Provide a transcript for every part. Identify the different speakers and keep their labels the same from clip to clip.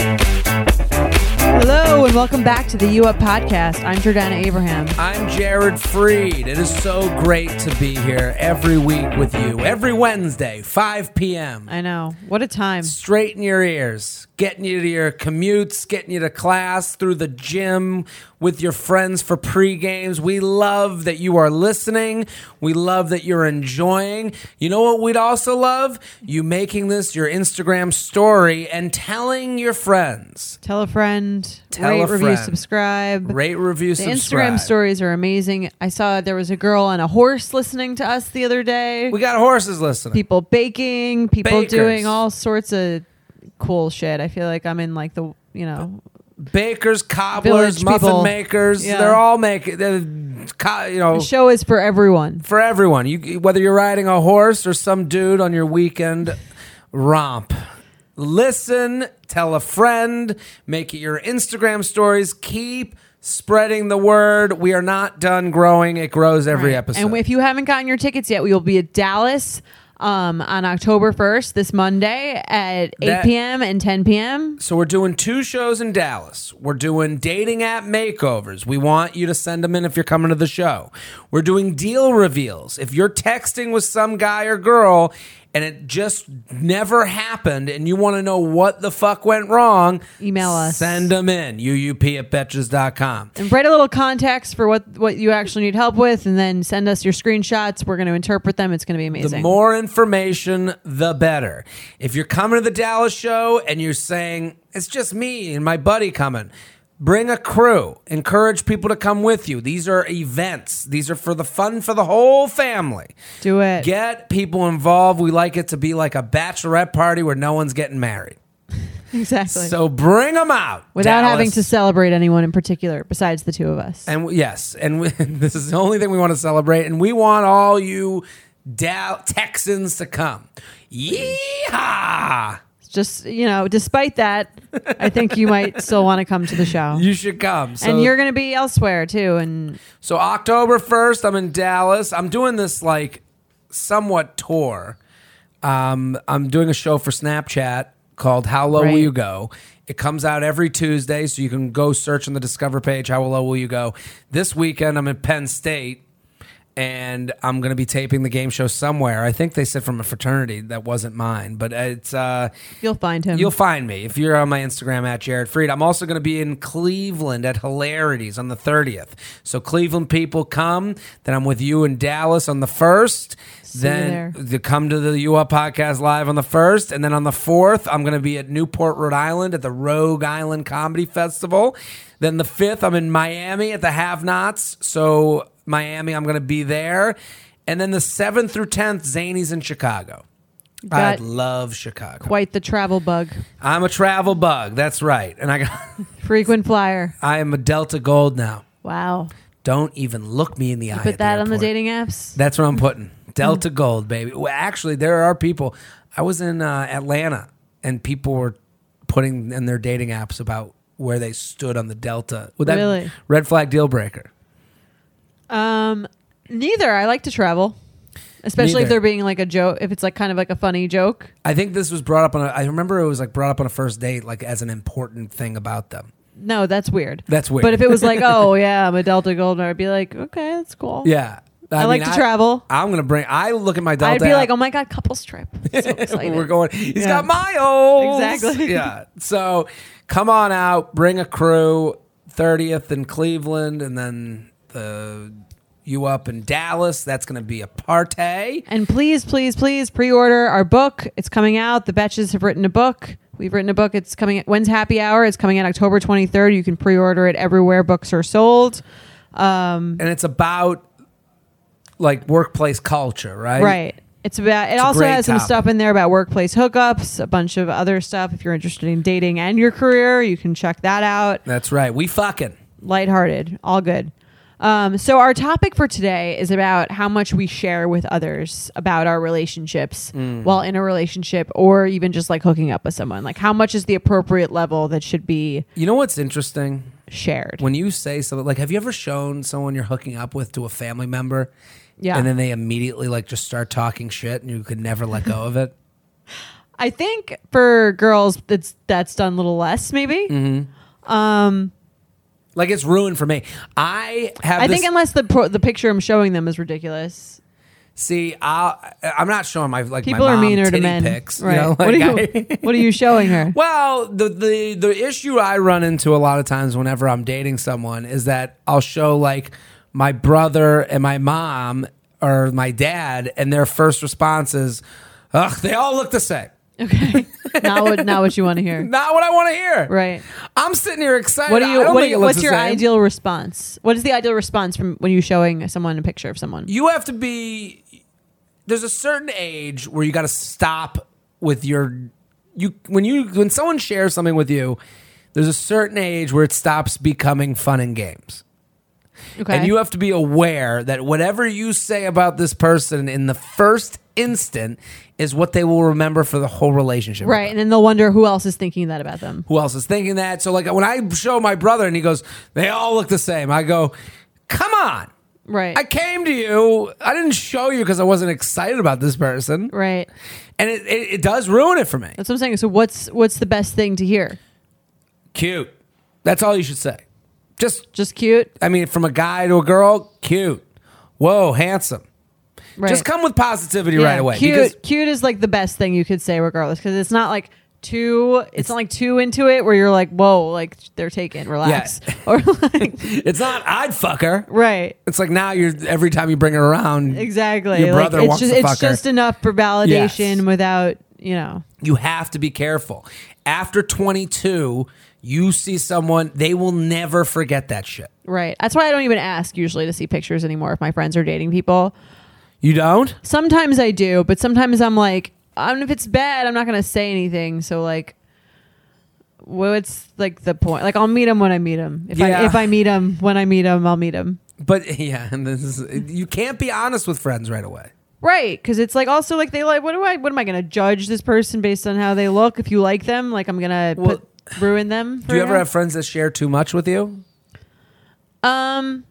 Speaker 1: Hello and welcome back to the U Up podcast. I'm Jordana Abraham.
Speaker 2: I'm Jared Freed. It is so great to be here every week with you, every Wednesday, 5 p.m.
Speaker 1: I know what a time.
Speaker 2: Straight in your ears, getting you to your commutes, getting you to class, through the gym, with your friends for pre games. We love that you are listening. We love that you're enjoying. You know what we'd also love? You making this your Instagram story and telling your friends.
Speaker 1: Tell a friend,
Speaker 2: Tell
Speaker 1: rate,
Speaker 2: a
Speaker 1: review,
Speaker 2: friend.
Speaker 1: subscribe.
Speaker 2: Rate, review,
Speaker 1: the
Speaker 2: subscribe.
Speaker 1: Instagram stories are amazing. I saw there was a girl on a horse listening to us the other day.
Speaker 2: We got horses listening.
Speaker 1: people baking, people
Speaker 2: Bakers.
Speaker 1: doing all sorts of cool shit. I feel like I'm in like the you know
Speaker 2: bakers, cobblers,
Speaker 1: Village
Speaker 2: muffin
Speaker 1: people.
Speaker 2: makers.
Speaker 1: Yeah.
Speaker 2: They're all making, you know,
Speaker 1: the show is for everyone.
Speaker 2: for everyone. You whether you're riding a horse or some dude on your weekend romp. Listen, tell a friend, make it your Instagram stories. Keep spreading the word. We are not done growing. It grows every
Speaker 1: Right.
Speaker 2: episode.
Speaker 1: And if you haven't gotten your tickets yet, we will be at Dallas um, on October 1st, this Monday at 8
Speaker 2: That-
Speaker 1: p.m. and 10 p.m.
Speaker 2: So we're doing two shows in Dallas. We're doing dating app makeovers. We want you to send them in if you're coming to the show. We're doing deal reveals. If you're texting with some guy or girl and it just never happened and you want to know what the fuck went wrong,
Speaker 1: Email us.
Speaker 2: Send them in. UUP at betches.com.
Speaker 1: And write a little context for what, what you actually need help with, and then send us your screenshots. We're going to interpret them. It's going to be amazing.
Speaker 2: The more information, the better. If you're coming to the Dallas show and you're saying, it's just me and my buddy coming, bring a crew. Encourage people to come with you. These are events, these are for the fun for the whole family.
Speaker 1: Do it.
Speaker 2: Get people involved. We like it to be like a bachelorette party where no one's getting married.
Speaker 1: exactly.
Speaker 2: So bring them out.
Speaker 1: Without
Speaker 2: Dallas.
Speaker 1: having to celebrate anyone in particular besides the two of us.
Speaker 2: And w- yes, and we, this is the only thing we want to celebrate. And we want all you Dow- Texans to come. Yeehaw!
Speaker 1: Just, you know, despite that, I think you might still want to come to the show.
Speaker 2: You should come. So,
Speaker 1: and you're going to be elsewhere too. And
Speaker 2: so October first, I'm in Dallas. I'm doing this like somewhat tour. Um, I'm doing a show for Snapchat called "How Low Will
Speaker 1: Right.
Speaker 2: You Go." It comes out every Tuesday, so you can go search on the Discover page. How low will you go? This weekend, I'm in Penn State. and I'm going to be taping the game show somewhere. I think they said from a fraternity that wasn't mine, but it's uh,
Speaker 1: you'll find him.
Speaker 2: you'll find me if you're on my Instagram at Jared Freed. I'm also going to be in Cleveland at Hilarities on the 30th. So Cleveland people come. Then I'm with you in Dallas on the first.
Speaker 1: you
Speaker 2: then
Speaker 1: there.
Speaker 2: the come to the U Up podcast live on the first, and then on the fourth, I'm going to be at Newport, Rhode Island at the Rogue Island Comedy Festival. Then the fifth, I'm in Miami at the Have Nots. So Miami, I'm going to be there. And then the seventh through tenth, Zany's in Chicago. I
Speaker 1: Got-
Speaker 2: love Chicago.
Speaker 1: Quite the travel bug.
Speaker 2: I'm a travel bug. That's right. And I got,
Speaker 1: Frequent flyer.
Speaker 2: I am a Delta Gold now.
Speaker 1: Wow.
Speaker 2: Don't even look me in the eye.
Speaker 1: Put
Speaker 2: at
Speaker 1: that on the
Speaker 2: airport.
Speaker 1: dating apps.
Speaker 2: That's what I'm putting. Delta Gold, baby. Well, actually, there are people. I was in uh, Atlanta and people were putting in their dating apps about where they stood on the Delta. Would that
Speaker 1: Really?
Speaker 2: red flag deal breaker?
Speaker 1: Um, neither. I like to travel, especially
Speaker 2: Neither.
Speaker 1: if they're being like a joke. If it's like kind of like a funny joke.
Speaker 2: I think this was brought up on. A, I remember it was like brought up on a first date, like as an important thing about them.
Speaker 1: No, that's weird.
Speaker 2: That's weird.
Speaker 1: But if it was like, oh yeah, I'm a Delta Gold, I'd be like, okay, that's cool.
Speaker 2: Yeah,
Speaker 1: I, like to travel.
Speaker 2: I'm gonna bring. I look at my Delta.
Speaker 1: I'd be
Speaker 2: app.
Speaker 1: like, oh my god, couples trip. So excited.
Speaker 2: We're going. He's
Speaker 1: Yeah.
Speaker 2: got miles.
Speaker 1: Exactly.
Speaker 2: Yeah. So come on out. Bring a crew. Thirtieth in Cleveland, and then the you up in Dallas. That's going to be a party.
Speaker 1: And please, please, please pre-order our book. It's coming out. The Betches have written a book. We've written a book. It's coming. When's Happy Hour? It's coming out October 23rd. You can pre-order it everywhere books are sold. Mm-hmm.
Speaker 2: and it's about like workplace culture, right?
Speaker 1: Right. It's about. It
Speaker 2: a
Speaker 1: also
Speaker 2: great
Speaker 1: has some
Speaker 2: topic.
Speaker 1: stuff in there about workplace hookups, a bunch of other stuff. If you're interested in dating and your career, you can check that out.
Speaker 2: That's right. We fucking.
Speaker 1: Lighthearted, all good. Um, so our topic for today is about how much we share with others about our relationships
Speaker 2: Mm.
Speaker 1: while in a relationship, or even just like hooking up with someone. Like how much is the appropriate level that should be
Speaker 2: You know what's interesting?
Speaker 1: shared?
Speaker 2: When you say something like, have you ever shown someone you're hooking up with to a family member?
Speaker 1: Yeah.
Speaker 2: And then they immediately like just start talking shit and you could never let go of it.
Speaker 1: I think for girls, that's that's done a little less, maybe.
Speaker 2: Mm-hmm. Like it's ruined for me. I have
Speaker 1: I
Speaker 2: this,
Speaker 1: think unless the pro- the picture I'm showing them is ridiculous.
Speaker 2: see, I I'm not showing my like
Speaker 1: People
Speaker 2: my
Speaker 1: are
Speaker 2: mom
Speaker 1: meaner to
Speaker 2: titty
Speaker 1: men.
Speaker 2: pics. you
Speaker 1: right?
Speaker 2: know,
Speaker 1: what are
Speaker 2: like,
Speaker 1: you
Speaker 2: I-
Speaker 1: What are you showing her?
Speaker 2: Well, the, the the issue I run into a lot of times whenever I'm dating someone is that I'll show like my brother and my mom or my dad, and their first response is, "Ugh, they all look the same."
Speaker 1: Okay, not what not what you want to hear.
Speaker 2: Not what I want to hear.
Speaker 1: Right.
Speaker 2: I'm sitting here excited.
Speaker 1: What do you?
Speaker 2: I don't
Speaker 1: What do
Speaker 2: think
Speaker 1: you
Speaker 2: it looks
Speaker 1: what's
Speaker 2: the
Speaker 1: your
Speaker 2: same.
Speaker 1: ideal response? What is the ideal response from when you're showing someone a picture of someone?
Speaker 2: You have to be. There's a certain age where you got to stop with your you when you when someone shares something with you. There's a certain age where it stops becoming fun and games.
Speaker 1: Okay,
Speaker 2: And you have to be aware that whatever you say about this person in the first instant is what they will remember for the whole relationship.
Speaker 1: right, and then they'll wonder who else is thinking that about them.
Speaker 2: Who else is thinking that? So, like, when I show my brother and he goes, they all look the same, I go, come on.
Speaker 1: Right,
Speaker 2: I came to you. I didn't show you because I wasn't excited about this person.
Speaker 1: right.
Speaker 2: And it, it, it does ruin it for me.
Speaker 1: That's what I'm saying. So what's what's the best thing to hear?
Speaker 2: Cute. That's all you should say. Just,
Speaker 1: Just cute,
Speaker 2: I mean, from a guy to a girl, cute. Whoa, handsome.
Speaker 1: right?
Speaker 2: Just come with positivity
Speaker 1: Yeah,
Speaker 2: right away.
Speaker 1: Cute,
Speaker 2: because-
Speaker 1: cute is like the best thing you could say, regardless, because it's not like too. It's, not like too into it where you're like, whoa, like they're taken, relax, or like
Speaker 2: It's not I'd fuck her.
Speaker 1: right.
Speaker 2: It's like now you're every time you bring her around,
Speaker 1: Exactly.
Speaker 2: Your brother
Speaker 1: like, it's
Speaker 2: wants
Speaker 1: just
Speaker 2: to
Speaker 1: it's
Speaker 2: fuck her.
Speaker 1: just enough for validation without you know.
Speaker 2: you have to be careful. After 22, you see someone, they will never forget that shit.
Speaker 1: Right. That's why I don't even ask usually to see pictures anymore if my friends are dating people.
Speaker 2: You don't?
Speaker 1: Sometimes I do, but sometimes I'm like, um, if it's bad, I'm not gonna say anything. So like, what's like the point? Like, I'll meet him when I meet him. If
Speaker 2: Yeah.
Speaker 1: I if I meet him when I meet him, I'll meet him.
Speaker 2: But yeah, and this is, you can't be honest with friends right away.
Speaker 1: Right, because it's like also like they like what do I what am I gonna judge this person based on how they look? If you like them, like I'm gonna
Speaker 2: Well,
Speaker 1: put, ruin them.
Speaker 2: Do you
Speaker 1: for
Speaker 2: ever
Speaker 1: now?
Speaker 2: have friends that share too much with you?
Speaker 1: Um,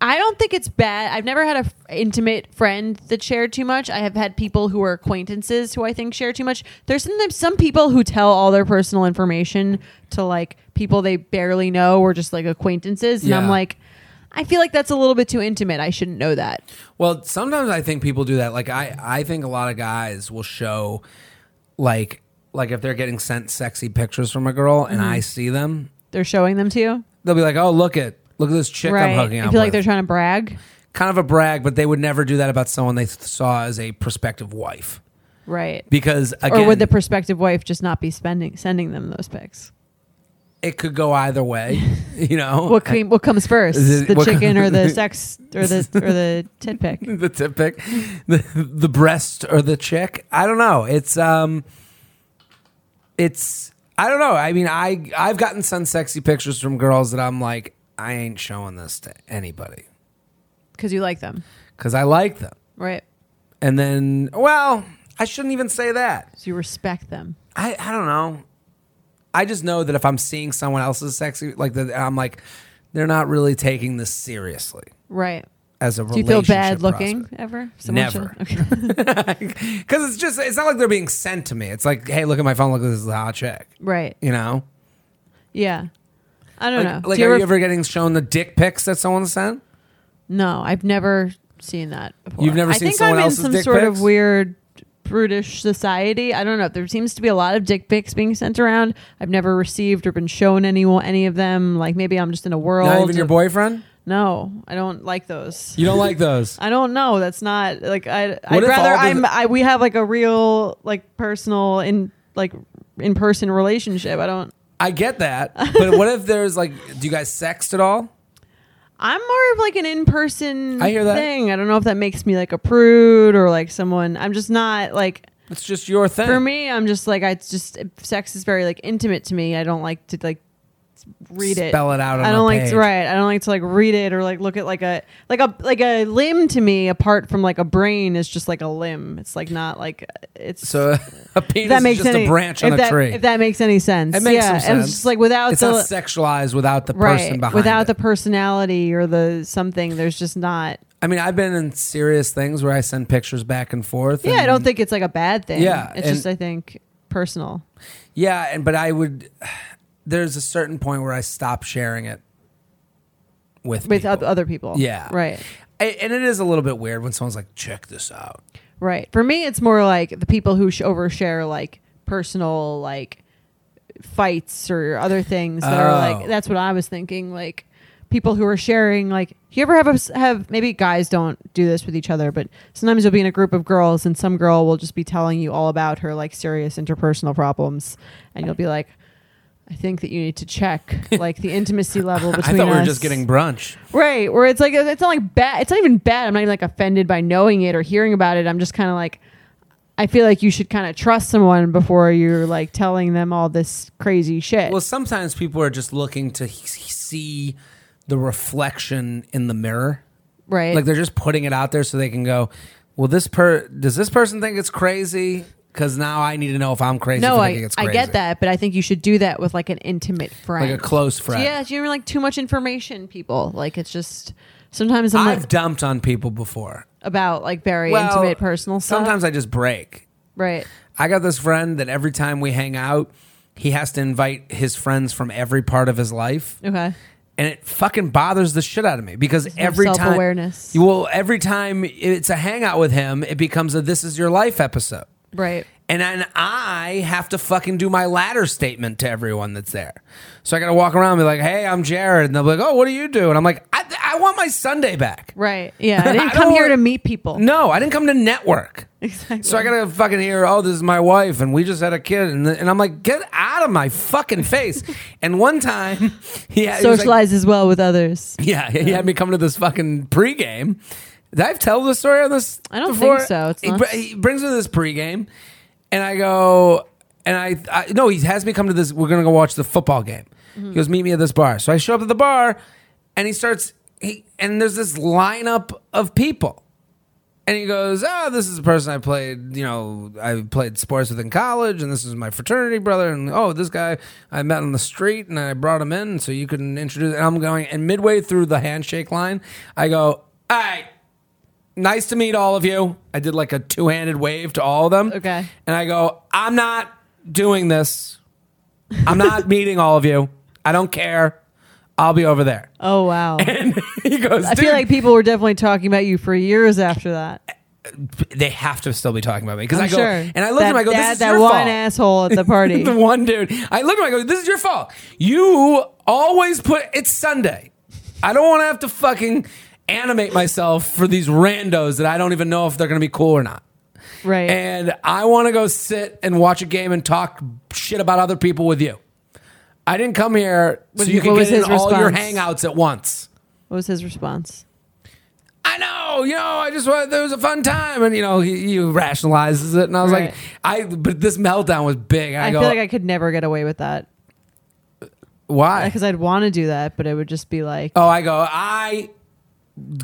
Speaker 1: I don't think it's bad. I've never had a f- intimate friend that shared too much. I have had people who are acquaintances who I think share too much. There's sometimes some people who tell all their personal information to like people they barely know or just like acquaintances, and I'm
Speaker 2: Yeah.
Speaker 1: like, I feel like that's a little bit too intimate. I shouldn't know that.
Speaker 2: Well, sometimes I think people do that. Like I, I think a lot of guys will show, like, like if they're getting sent sexy pictures from a girl and
Speaker 1: Mm-hmm.
Speaker 2: I see them,
Speaker 1: They're showing them to you,
Speaker 2: they'll be like, "Oh, look at look at this chick I'm
Speaker 1: right?
Speaker 2: hooking up
Speaker 1: I feel like
Speaker 2: with."
Speaker 1: they're trying to brag,
Speaker 2: kind of a brag, but they would never do that about someone they saw as a prospective wife.
Speaker 1: right?
Speaker 2: Because again,
Speaker 1: Or would the prospective wife just not be spending sending them those pics?
Speaker 2: it could go either way, you know.
Speaker 1: What cream? What comes first,
Speaker 2: Is it-
Speaker 1: the
Speaker 2: what-
Speaker 1: chicken or the sex or the or the tit pic?
Speaker 2: the tip pick, the, the breast or the chick? I don't know. It's um, it's I don't know. I mean, I I've gotten sent sexy pictures from girls that I'm like, I ain't showing this to anybody
Speaker 1: Because you like them,
Speaker 2: because I like them.
Speaker 1: right?
Speaker 2: And then, well, I shouldn't even say that.
Speaker 1: So you respect them.
Speaker 2: I, I don't know. I just know that if I'm seeing someone else's sexy, like the, I'm like, they're not really taking this seriously
Speaker 1: Right.
Speaker 2: as a
Speaker 1: Do you feel
Speaker 2: relationship.
Speaker 1: bad looking ever?
Speaker 2: Never.
Speaker 1: should- okay.
Speaker 2: because it's just it's not like they're being sent to me. It's like, hey, look at my phone. Look, this is a hot chick.
Speaker 1: right.
Speaker 2: You know,
Speaker 1: Yeah. I
Speaker 2: like,
Speaker 1: don't know.
Speaker 2: like
Speaker 1: Do
Speaker 2: are you ever getting shown the dick pics that someone sent?
Speaker 1: No, I've never seen that. Before.
Speaker 2: You've never
Speaker 1: I
Speaker 2: seen
Speaker 1: think
Speaker 2: someone
Speaker 1: I'm
Speaker 2: else's
Speaker 1: in some
Speaker 2: dick
Speaker 1: sort
Speaker 2: pics?
Speaker 1: of weird brutish society. I don't know. There seems to be a lot of dick pics being sent around. I've never received or been shown any any of them. Like maybe I'm just in a world.
Speaker 2: Not even your
Speaker 1: of-
Speaker 2: boyfriend.
Speaker 1: No, I don't like those.
Speaker 2: You don't like those.
Speaker 1: I don't know. That's not like I. I'd
Speaker 2: if
Speaker 1: rather
Speaker 2: all the-
Speaker 1: I'm. I we have like a real like personal in like in person relationship. I don't.
Speaker 2: I get that, but what if there's like, do you guys sext at all?
Speaker 1: I'm more of like an in-person
Speaker 2: I hear that.
Speaker 1: thing. I don't know if that makes me like a prude or like someone. I'm just not like
Speaker 2: It's just your thing.
Speaker 1: for me. I'm just like I it's just sex is very like intimate to me. I don't like to like read it.
Speaker 2: Spell it out on
Speaker 1: I don't
Speaker 2: a
Speaker 1: like
Speaker 2: page.
Speaker 1: to right. I don't like to like read it or like look at like a like a like a limb to me. Apart from like a brain is just like a limb. It's like not like it's
Speaker 2: So a penis
Speaker 1: if that makes
Speaker 2: is just
Speaker 1: any,
Speaker 2: a branch
Speaker 1: if
Speaker 2: on a
Speaker 1: that,
Speaker 2: tree.
Speaker 1: If that makes any sense,
Speaker 2: it makes
Speaker 1: yeah.
Speaker 2: some sense.
Speaker 1: It's just like without
Speaker 2: it's
Speaker 1: the
Speaker 2: not sexualized without the person behind
Speaker 1: without
Speaker 2: it.
Speaker 1: the personality or the something. There's just not.
Speaker 2: I mean, I've been in serious things where I send pictures back and forth.
Speaker 1: Yeah,
Speaker 2: and,
Speaker 1: I don't think it's like a bad thing.
Speaker 2: Yeah,
Speaker 1: it's
Speaker 2: and-
Speaker 1: just I think personal.
Speaker 2: Yeah, and but I would. There's a certain point where I stop sharing it with
Speaker 1: with
Speaker 2: people.
Speaker 1: oth- other people.
Speaker 2: Yeah.
Speaker 1: Right.
Speaker 2: I- and it is a little bit weird when someone's like, "Check this out."
Speaker 1: Right. For me, it's more like the people who sh- overshare like personal like fights or other things that are
Speaker 2: Oh.
Speaker 1: like that's what I was thinking like people who are sharing like you ever have a s have maybe guys don't do this with each other but sometimes you'll be in a group of girls and some girl will just be telling you all about her like serious interpersonal problems and you'll be like I think that you need to check like the intimacy level between
Speaker 2: I thought we were
Speaker 1: us."
Speaker 2: just getting brunch.
Speaker 1: Right, where it's like it's not like bad. It's not even bad. I'm not even like offended by knowing it or hearing about it. I'm just kind of like, I feel like you should kind of trust someone before you're like telling them all this crazy shit.
Speaker 2: Well, sometimes people are just looking to he- see the reflection in the mirror.
Speaker 1: right,
Speaker 2: like they're just putting it out there so they can go, "Well, this per does this person think it's crazy?" Because now I need to know if I'm crazy.
Speaker 1: no,
Speaker 2: for
Speaker 1: I,
Speaker 2: thinking it's
Speaker 1: I
Speaker 2: crazy.
Speaker 1: get that, but I think you should do that with like an intimate
Speaker 2: Like
Speaker 1: friend,
Speaker 2: a close friend.
Speaker 1: Yeah, you know, like too much information, people. Like it's just sometimes I'm
Speaker 2: I've
Speaker 1: like,
Speaker 2: dumped on people before.
Speaker 1: about like very intimate personal stuff.
Speaker 2: Sometimes I just break.
Speaker 1: right.
Speaker 2: I got this friend that every time we hang out, he has to invite his friends from every part of his life.
Speaker 1: Okay.
Speaker 2: and it fucking bothers the shit out of me because
Speaker 1: no
Speaker 2: every time
Speaker 1: self-awareness.
Speaker 2: well every time it's a hangout with him it becomes a this is your life episode
Speaker 1: Right.
Speaker 2: and then i have to fucking do my ladder statement to everyone that's there so i gotta walk around and be like hey i'm jared and they'll be like oh what do you do and i'm like i, I want my sunday back
Speaker 1: Right. Yeah. I
Speaker 2: I
Speaker 1: didn't
Speaker 2: don't
Speaker 1: come here
Speaker 2: want-
Speaker 1: to meet people.
Speaker 2: no i didn't come to network
Speaker 1: Exactly.
Speaker 2: so I gotta fucking hear, oh, this is my wife, and we just had a kid, and, and I'm like, get out of my fucking face. and one time, he had, he was like-
Speaker 1: socialize as well with others.
Speaker 2: Yeah, he had me come to this fucking pregame. Did I tell the story on this?
Speaker 1: I don't
Speaker 2: before?
Speaker 1: think so. It's
Speaker 2: he,
Speaker 1: not-
Speaker 2: br- he brings me to this pregame, and I go, and I, I no, he has me come to this. We're gonna go watch the football game.
Speaker 1: Mm-hmm.
Speaker 2: He goes, meet me at this bar. So I show up at the bar, and he starts. He and there's this lineup of people. And he goes, "Oh, this is the person I played. You know, I played sports with in college, and this is my fraternity brother. And oh, this guy I met on the street, and I brought him in, so you can introduce." And I'm going, and midway through the handshake line, I go, "All right, nice to meet all of you." I did like a two handed wave to all of them.
Speaker 1: Okay.
Speaker 2: And I go, "I'm not doing this. I'm not meeting all of you. I don't care. I'll be over there."
Speaker 1: Oh wow!
Speaker 2: And he goes,
Speaker 1: I feel
Speaker 2: "Dude,
Speaker 1: like people were definitely talking about you for years after that.
Speaker 2: they have to still be talking about me because
Speaker 1: I'm
Speaker 2: I go
Speaker 1: sure.
Speaker 2: and I look
Speaker 1: that,
Speaker 2: at him. I go,
Speaker 1: that,
Speaker 2: "This is
Speaker 1: that
Speaker 2: your
Speaker 1: one
Speaker 2: fault."
Speaker 1: asshole at the party.
Speaker 2: the one dude. I look at him. I go, "This is your fault. You always put it's Sunday. I don't want to have to fucking animate myself for these randos that I don't even know if they're going to be cool or not.
Speaker 1: right?
Speaker 2: And I want to go sit and watch a game and talk shit about other people with you. I didn't come here
Speaker 1: Was
Speaker 2: so
Speaker 1: he-
Speaker 2: you can
Speaker 1: what
Speaker 2: get
Speaker 1: was
Speaker 2: in
Speaker 1: his
Speaker 2: all your
Speaker 1: response?
Speaker 2: hangouts at once."
Speaker 1: what was his response?
Speaker 2: I know, you know, I just want, there was a fun time. And, you know, he, he rationalizes it. And I was
Speaker 1: Right.
Speaker 2: like, I, but this meltdown was big. And I,
Speaker 1: I,
Speaker 2: go,
Speaker 1: feel like I could never get away with that
Speaker 2: why?
Speaker 1: because I'd want to do that, but it would just be like,
Speaker 2: oh, I go, I,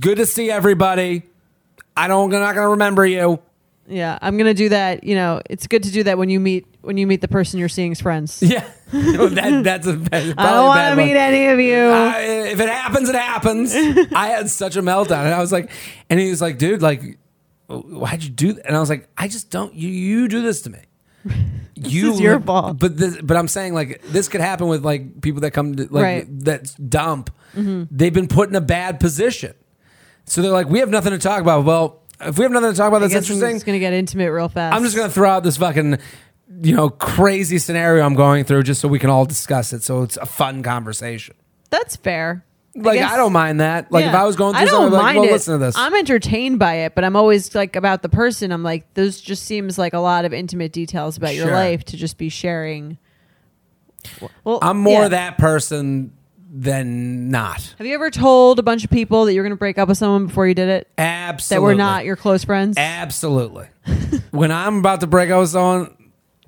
Speaker 2: good to see everybody. I don't, I'm not going to remember you.
Speaker 1: yeah, I'm gonna do that. You know, it's good to do that when you meet when you meet the person you're seeing's friends.
Speaker 2: Yeah. that, that's a bad, Ah,
Speaker 1: I don't want to meet any of you.
Speaker 2: I, if it happens, it happens. I had such a meltdown, and I was like, and he was like, dude, like, why'd you do that? And I was like, I just don't. You you do this to me. You,
Speaker 1: is your fault.
Speaker 2: But this, but I'm saying like this could happen with like people that come to like
Speaker 1: Right. Mm-hmm.
Speaker 2: that dump. They've been put in a bad position, so they're like, we have nothing to talk about. Well, if we have nothing to talk about,
Speaker 1: I
Speaker 2: that's
Speaker 1: guess
Speaker 2: interesting.
Speaker 1: I'm just gonna get intimate real fast.
Speaker 2: I'm just gonna throw out this fucking, you know, crazy scenario I'm going through, just so we can all discuss it. So it's a fun conversation.
Speaker 1: That's fair.
Speaker 2: Like
Speaker 1: guess-
Speaker 2: I don't mind that. Like if
Speaker 1: Yeah.
Speaker 2: I was going
Speaker 1: I
Speaker 2: through
Speaker 1: don't
Speaker 2: something, I'd be like,
Speaker 1: mind
Speaker 2: well,
Speaker 1: it.
Speaker 2: listen to this.
Speaker 1: I'm entertained by it, but I'm always like about the person. I'm like, this just seems like a lot of intimate details about your
Speaker 2: Sure.
Speaker 1: life to just be sharing. Well,
Speaker 2: I'm more
Speaker 1: yeah.
Speaker 2: that person than not.
Speaker 1: Have you ever told a bunch of people that you were going to break up with someone before you did it?
Speaker 2: Absolutely.
Speaker 1: That were not your close friends?
Speaker 2: Absolutely. when I'm about to break up with someone,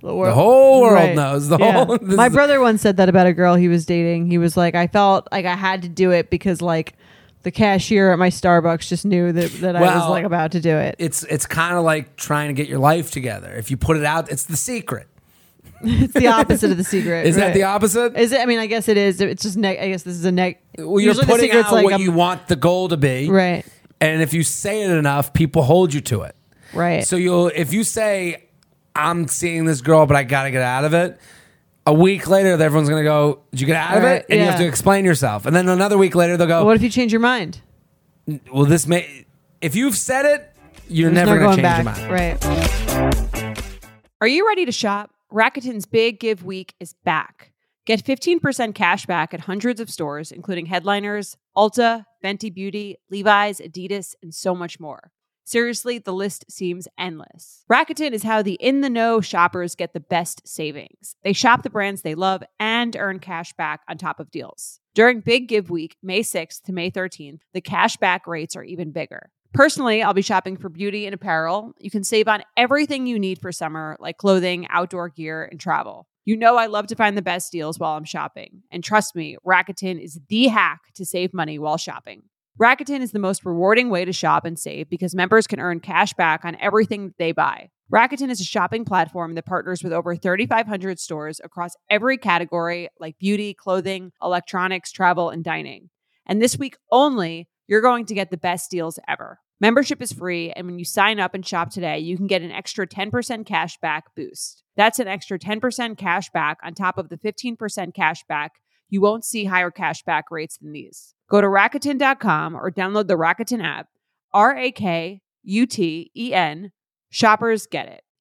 Speaker 1: wor-
Speaker 2: the whole world knows. The whole- this
Speaker 1: My
Speaker 2: is-
Speaker 1: brother once said that about a girl he was dating. He was like, I felt like I had to do it because, like, the cashier at my Starbucks just knew that, that I was
Speaker 2: Well,
Speaker 1: like about to do it.
Speaker 2: it's it's kind of like trying to get your life together. If you put it out, it's the secret.
Speaker 1: It's the opposite of the secret.
Speaker 2: Is that
Speaker 1: right.
Speaker 2: the opposite?
Speaker 1: Is it? I mean, I guess it is. It's just. Neg- I guess this is a neg.
Speaker 2: well, you're
Speaker 1: usually the
Speaker 2: putting
Speaker 1: secret's
Speaker 2: out
Speaker 1: like
Speaker 2: what
Speaker 1: a-
Speaker 2: you want the goal to be,
Speaker 1: Right.
Speaker 2: And if you say it enough, people hold you to it.
Speaker 1: Right.
Speaker 2: So you'll if you say, "I'm seeing this girl, but I got to get out of it." A week later, everyone's gonna go, "Did you get out of
Speaker 1: Right,
Speaker 2: it?" And you have
Speaker 1: yeah.
Speaker 2: to explain yourself. And then another week later, they'll go,
Speaker 1: But what if you change your mind?
Speaker 2: "Well, this may." If you've said it, you're
Speaker 1: There's
Speaker 2: never
Speaker 1: no
Speaker 2: gonna
Speaker 1: going
Speaker 2: change
Speaker 1: back.
Speaker 2: your mind.
Speaker 1: Right.
Speaker 3: Are you ready to shop? Rakuten's Big Give Week is back. Get 15% cash back at hundreds of stores, including Headliners, Ulta, Fenty Beauty, Levi's, Adidas, and so much more. Seriously, the list seems endless. Rakuten is how the in the know shoppers get the best savings. They shop the brands they love and earn cash back on top of deals. During Big Give Week, May 6th to May 13th, the cash back rates are even bigger. Personally, I'll be shopping for beauty and apparel. You can save on everything you need for summer, like clothing, outdoor gear, and travel. You know I love to find the best deals while I'm shopping. And trust me, Rakuten is the hack to save money while shopping. Rakuten is the most rewarding way to shop and save because members can earn cash back on everything that they buy. Rakuten is a shopping platform that partners with over 3,500 stores across every category like beauty, clothing, electronics, travel, and dining. And this week only, you're going to get the best deals ever. Membership is free, and when you sign up and shop today, you can get an extra 10% cash back boost. That's an extra 10% cash back on top of the 15% cash back. You won't see higher cash back rates than these. Go to Rakuten.com or download the Rakuten app. R A K U T E N. Shoppers get it.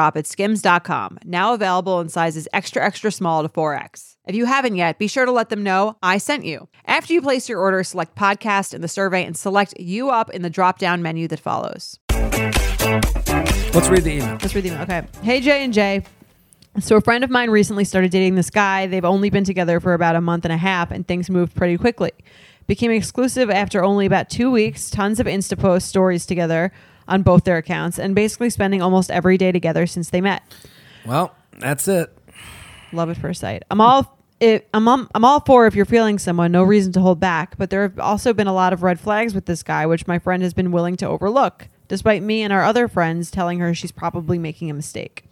Speaker 1: at skims.com, now available in sizes extra, extra small to 4X. If you haven't yet, be sure to let them know I sent you. After you place your order, select podcast in the survey and select you up in the drop down menu that follows.
Speaker 2: Let's read the email.
Speaker 1: Let's read the email. Okay. Hey, Jay and Jay. So, a friend of mine recently started dating this guy. They've only been together for about a month and a half, and things moved pretty quickly. Became exclusive after only about two weeks, tons of Insta posts, stories together on both their accounts, and basically spending almost every day together since they met.
Speaker 2: Well, that's it.
Speaker 1: Love at first sight. I'm all if, I'm all- I'm all for if you're feeling someone, no reason to hold back. But there have also been a lot of red flags with this guy, which my friend has been willing to overlook, despite me and our other friends telling her she's probably making a mistake.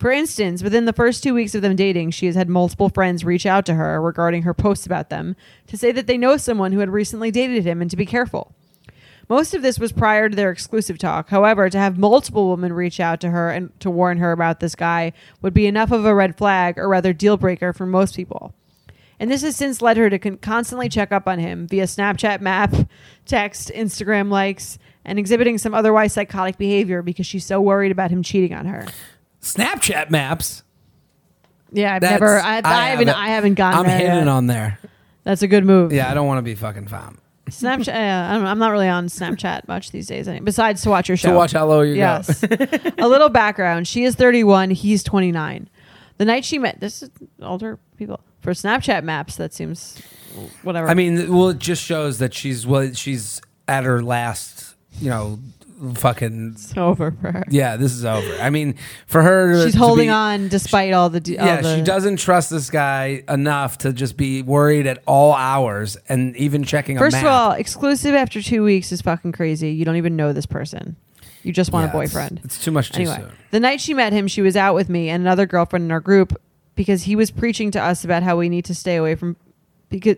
Speaker 1: For instance, within the first two weeks of them dating, she has had multiple friends reach out to her regarding her posts about them to say that they know someone who had recently dated him and to be careful. Most of this was prior to their exclusive talk. However, to have multiple women reach out to her and to warn her about this guy would be enough of a red flag or rather deal breaker for most people. And this has since led her to con- constantly check up on him via Snapchat map, text, Instagram likes, and exhibiting some otherwise psychotic behavior because she's so worried about him cheating on her.
Speaker 2: Snapchat maps.
Speaker 1: Yeah, I've
Speaker 2: That's-
Speaker 1: never, I've, I, haven't,
Speaker 2: have it.
Speaker 1: I haven't gotten
Speaker 2: I'm
Speaker 1: there
Speaker 2: hidden
Speaker 1: yet.
Speaker 2: on there.
Speaker 1: That's a good move.
Speaker 2: Yeah, I don't want to be fucking found.
Speaker 1: Snapchat. Uh, I don't know, I'm not really on Snapchat much these days. Any, besides to watch your show.
Speaker 2: watch how low you go.
Speaker 1: yes. a little background. She is 31. He's 29. The night she met this is older people for Snapchat maps. That seems whatever.
Speaker 2: I mean, well, it just shows that she's well, she's at her last, you know, fucking
Speaker 1: It's over for her.
Speaker 2: yeah, this is over. I mean, for her, to-
Speaker 1: She's
Speaker 2: to
Speaker 1: holding
Speaker 2: be-
Speaker 1: on despite all the. d- all
Speaker 2: Yeah, she
Speaker 1: the-
Speaker 2: doesn't trust this guy enough to just be worried at all hours and even checking.
Speaker 1: First
Speaker 2: a
Speaker 1: of
Speaker 2: map.
Speaker 1: all, exclusive after two weeks is fucking crazy. You don't even know this person. You just want
Speaker 2: Yeah,
Speaker 1: a
Speaker 2: it's-
Speaker 1: boyfriend.
Speaker 2: It's, too much too
Speaker 1: anyway,
Speaker 2: soon.
Speaker 1: the night she met him, she was out with me and another girlfriend in our group because he was preaching to us about how we need to stay away from because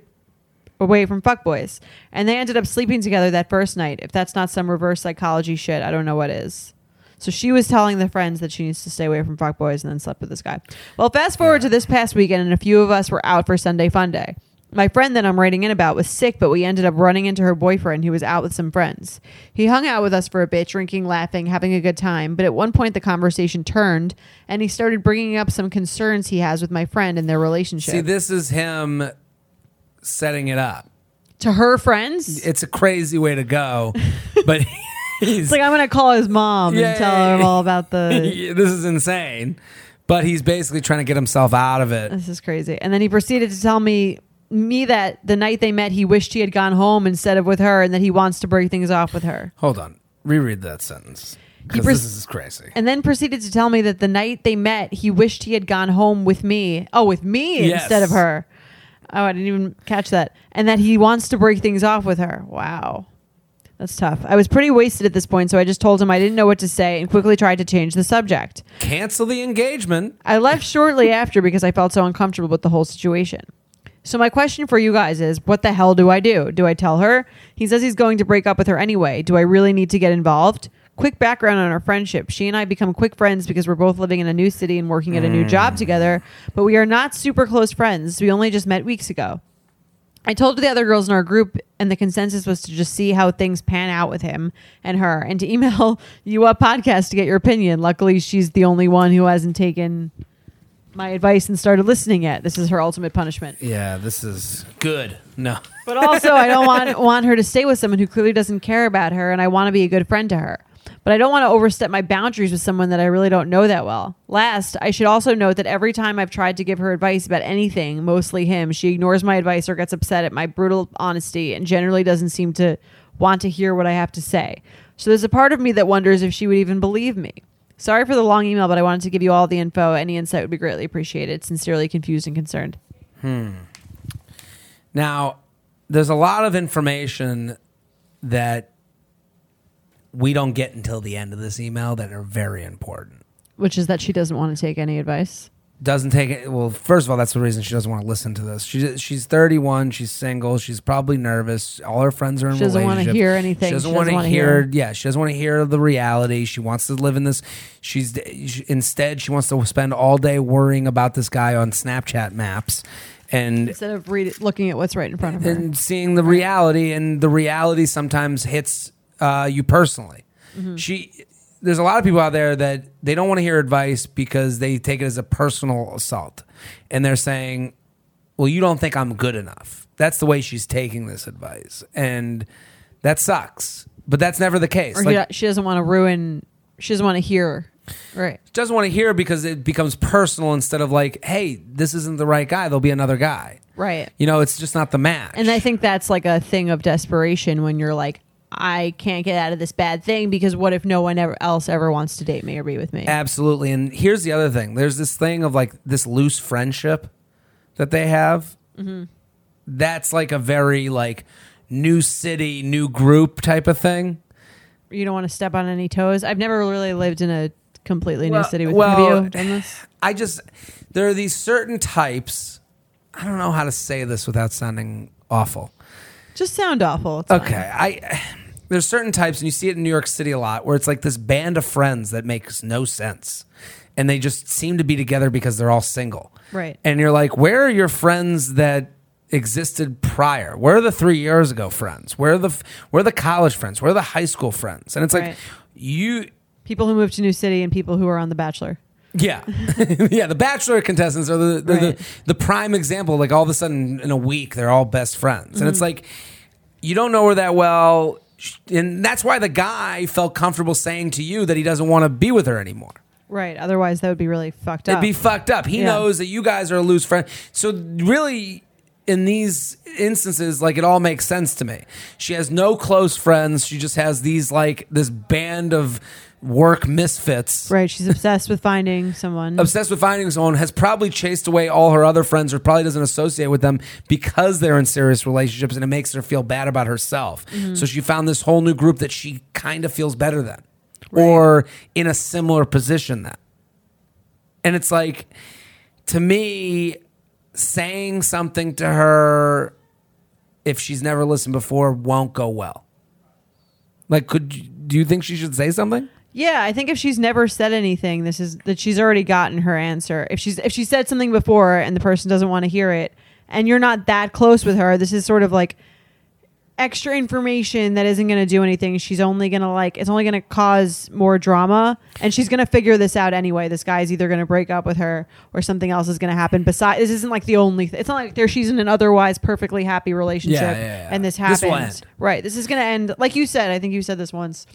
Speaker 1: away from fuckboys. And they ended up sleeping together that first night. If that's not some reverse psychology shit, I don't know what is. So she was telling the friends that she needs to stay away from fuckboys and then slept with this guy. Well, fast forward to this past weekend and a few of us were out for Sunday fun day. My friend that I'm writing in about was sick, but we ended up running into her boyfriend who was out with some friends. He hung out with us for a bit, drinking, laughing, having a good time, but at one point the conversation turned and he started bringing up some concerns he has with my friend and their relationship.
Speaker 2: See, this is him setting it up.
Speaker 1: to her friends?
Speaker 2: It's a crazy way to go, but he's
Speaker 1: It's like I'm gonna call his mom
Speaker 2: Yeah,
Speaker 1: and tell
Speaker 2: yeah,
Speaker 1: her
Speaker 2: yeah.
Speaker 1: all about the.
Speaker 2: this is insane. But he's basically trying to get himself out of it.
Speaker 1: This is crazy. And then he proceeded to tell me me that the night they met, he wished he had gone home instead of with her, and that he wants to break things off with her.
Speaker 2: Hold on, reread that sentence because
Speaker 1: pres-
Speaker 2: this is crazy.
Speaker 1: And then proceeded to tell me that the night they met, he wished he had gone home with me. Oh, with me
Speaker 2: Yes.
Speaker 1: instead of her. Oh, I didn't even catch that. And that he wants to break things off with her. Wow. That's tough. I was pretty wasted at this point, so I just told him I didn't know what to say and quickly tried to change the subject.
Speaker 2: Cancel the engagement.
Speaker 1: I left shortly after because I felt so uncomfortable with the whole situation. So my question for you guys is what the hell do I do? Do I tell her? He says he's going to break up with her anyway. Do I really need to get involved? Quick background on our friendship. She and I become quick friends because we're both living in a new city and working at a new job together, but we are not super close friends. We only just met weeks ago. I told the other girls in our group, and the consensus was to just see how things pan out with him and her, and to email you a podcast to get your opinion. Luckily, she's the only one who hasn't taken my advice and started listening yet. This is her ultimate punishment.
Speaker 2: Yeah, this is good. No,
Speaker 1: But also, I don't want want her to stay with someone who clearly doesn't care about her, and I want to be a good friend to her. But I don't want to overstep my boundaries with someone that I really don't know that well. Last, I should also note that every time I've tried to give her advice about anything, mostly him, she ignores my advice or gets upset at my brutal honesty and generally doesn't seem to want to hear what I have to say. So there's a part of me that wonders if she would even believe me. Sorry for the long email, but I wanted to give you all the info. Any insight would be greatly appreciated. Sincerely confused and concerned.
Speaker 2: Now, there's a lot of information that we don't get until the end of this email that are very important.
Speaker 1: Which is that she doesn't want to take any advice.
Speaker 2: Doesn't take it. Well, first of all, that's the reason she doesn't want to listen to this. She, she's 31. She's single. She's probably nervous. All her friends are in
Speaker 1: She doesn't wanna
Speaker 2: relationships.
Speaker 1: hear anything.
Speaker 2: She doesn't
Speaker 1: She
Speaker 2: want
Speaker 1: doesn't
Speaker 2: to
Speaker 1: wanna
Speaker 2: hear.
Speaker 1: hear.
Speaker 2: Yeah, she doesn't want to hear the reality. She wants to live in this. She's she, instead she wants to spend all day worrying about this guy on Snapchat maps, and
Speaker 1: instead of read, looking at what's right in front of her.
Speaker 2: and seeing the reality and the reality sometimes hits uh, you personally
Speaker 1: Mm-hmm.
Speaker 2: she there's a lot of people out there that they don't want to hear advice because they take it as a personal assault and they're saying well you don't think i'm good enough that's the way she's taking this advice and that sucks but that's never the case
Speaker 1: or
Speaker 2: Like,
Speaker 1: he, she doesn't want to ruin. She doesn't want to hear. Right.
Speaker 2: doesn't want to hear because it becomes personal instead of like hey this isn't the right guy there'll be another guy
Speaker 1: Right.
Speaker 2: you know it's just not the match
Speaker 1: And I think that's like a thing of desperation when you're like, I can't get out of this bad thing because what if no one ever else ever wants to date me or be with me?
Speaker 2: Absolutely. And here's the other thing there's this thing of like this loose friendship that they have. That's like a very like new city, new group type of thing.
Speaker 1: you don't want to step on any toes. I've never really lived in a completely new
Speaker 2: Well-
Speaker 1: city with
Speaker 2: well-
Speaker 1: have you done this?
Speaker 2: I just, there are these certain types. I don't know how to say this without sounding awful.
Speaker 1: Just sound awful. It's
Speaker 2: Okay.
Speaker 1: fine.
Speaker 2: I, there's certain types, and you see it in New York City a lot, where it's like this band of friends that makes no sense. And they just seem to be together because they're all single.
Speaker 1: Right.
Speaker 2: and you're like, where are your friends that existed prior? Where are the three years ago friends? Where are the where are the college friends? Where are the high school friends? And it's like,
Speaker 1: Right.
Speaker 2: you,
Speaker 1: People who move to new city and people who are on The Bachelor.
Speaker 2: yeah, yeah. The Bachelor contestants are the they're
Speaker 1: Right.
Speaker 2: the the prime example. Like all of a sudden in a week, they're all best friends, and
Speaker 1: Mm-hmm.
Speaker 2: it's like you don't know her that well, and that's why the guy felt comfortable saying to you that he doesn't want to be with her anymore.
Speaker 1: Right. Otherwise, that would be really fucked up.
Speaker 2: It'd be fucked up. He
Speaker 1: Yeah.
Speaker 2: knows that you guys are a loose friend. So really, in these instances, like it all makes sense to me. She has no close friends. She just has these like this band of work misfits.
Speaker 1: Right. She's obsessed with finding someone.
Speaker 2: Obsessed with finding someone has probably chased away all her other friends or probably doesn't associate with them because they're in serious relationships and it makes her feel bad about herself.
Speaker 1: Mm-hmm.
Speaker 2: So she found this whole new group that she kind of feels better than or in a similar position than. And it's like, to me, saying something to her if she's never listened before won't go well. Like, could you- do you think she should say something?
Speaker 1: yeah, I think if she's never said anything, this is that she's already gotten her answer. If she's if she said something before and the person doesn't want to hear it, and you're not that close with her, this is sort of like extra information that isn't going to do anything. She's only going to like it's only going to cause more drama, and she's going to figure this out anyway. This guy's either going to break up with her or something else is going to happen. Besides, this isn't like the only. Th- it's not like there she's in an otherwise perfectly happy relationship,
Speaker 2: Yeah, yeah, yeah.
Speaker 1: and this happens.
Speaker 2: This will end.
Speaker 1: Right. This is going to end. Like you said, I think you said this once.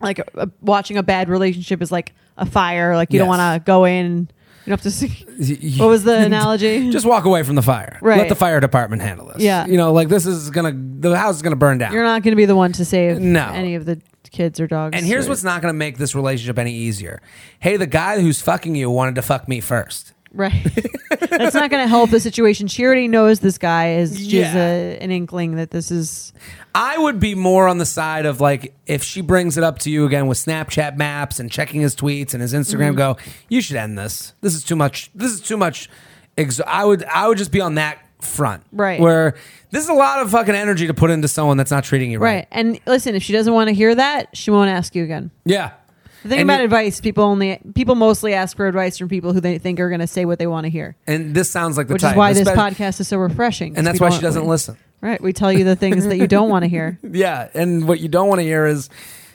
Speaker 1: Like uh, uh, watching a bad relationship is like a fire. Like you don't
Speaker 2: Yes.
Speaker 1: want to go in. You don't have to see. What was the analogy?
Speaker 2: Just walk away from the fire. Let
Speaker 1: Right.
Speaker 2: the fire department handle this.
Speaker 1: Yeah.
Speaker 2: You know, like this is gonna the house is gonna burn down.
Speaker 1: You're not going to be the one to save
Speaker 2: No.
Speaker 1: any of the kids or dogs.
Speaker 2: and here's
Speaker 1: or-
Speaker 2: what's not gonna make this relationship any easier. Hey, the guy who's fucking you wanted to fuck me first.
Speaker 1: right. That's not going to help the situation. She already knows this guy is. She's
Speaker 2: Yeah.
Speaker 1: a, an inkling that this is.
Speaker 2: I would be more on the side of like if she brings it up to you again with Snapchat maps and checking his tweets and his Instagram.
Speaker 1: Mm-hmm.
Speaker 2: Go, you should end this. This is too much. This is too much. Ex- I would I would just be on that front,
Speaker 1: Right.
Speaker 2: Where this is a lot of fucking energy to put into someone that's not treating you right.
Speaker 1: Right. And listen, if she doesn't want to hear that, she won't ask you again.
Speaker 2: Yeah.
Speaker 1: The thing
Speaker 2: And
Speaker 1: about
Speaker 2: you-
Speaker 1: advice, people only people mostly ask for advice from people who they think are going to say what they want to hear,
Speaker 2: And this sounds like the
Speaker 1: which
Speaker 2: type.
Speaker 1: is why this
Speaker 2: Espe-
Speaker 1: podcast is so refreshing. 'cause
Speaker 2: And that's
Speaker 1: we
Speaker 2: why
Speaker 1: don't-
Speaker 2: she doesn't listen.
Speaker 1: Right, we tell you the things that you don't want to hear.
Speaker 2: Yeah. And what you don't want to hear is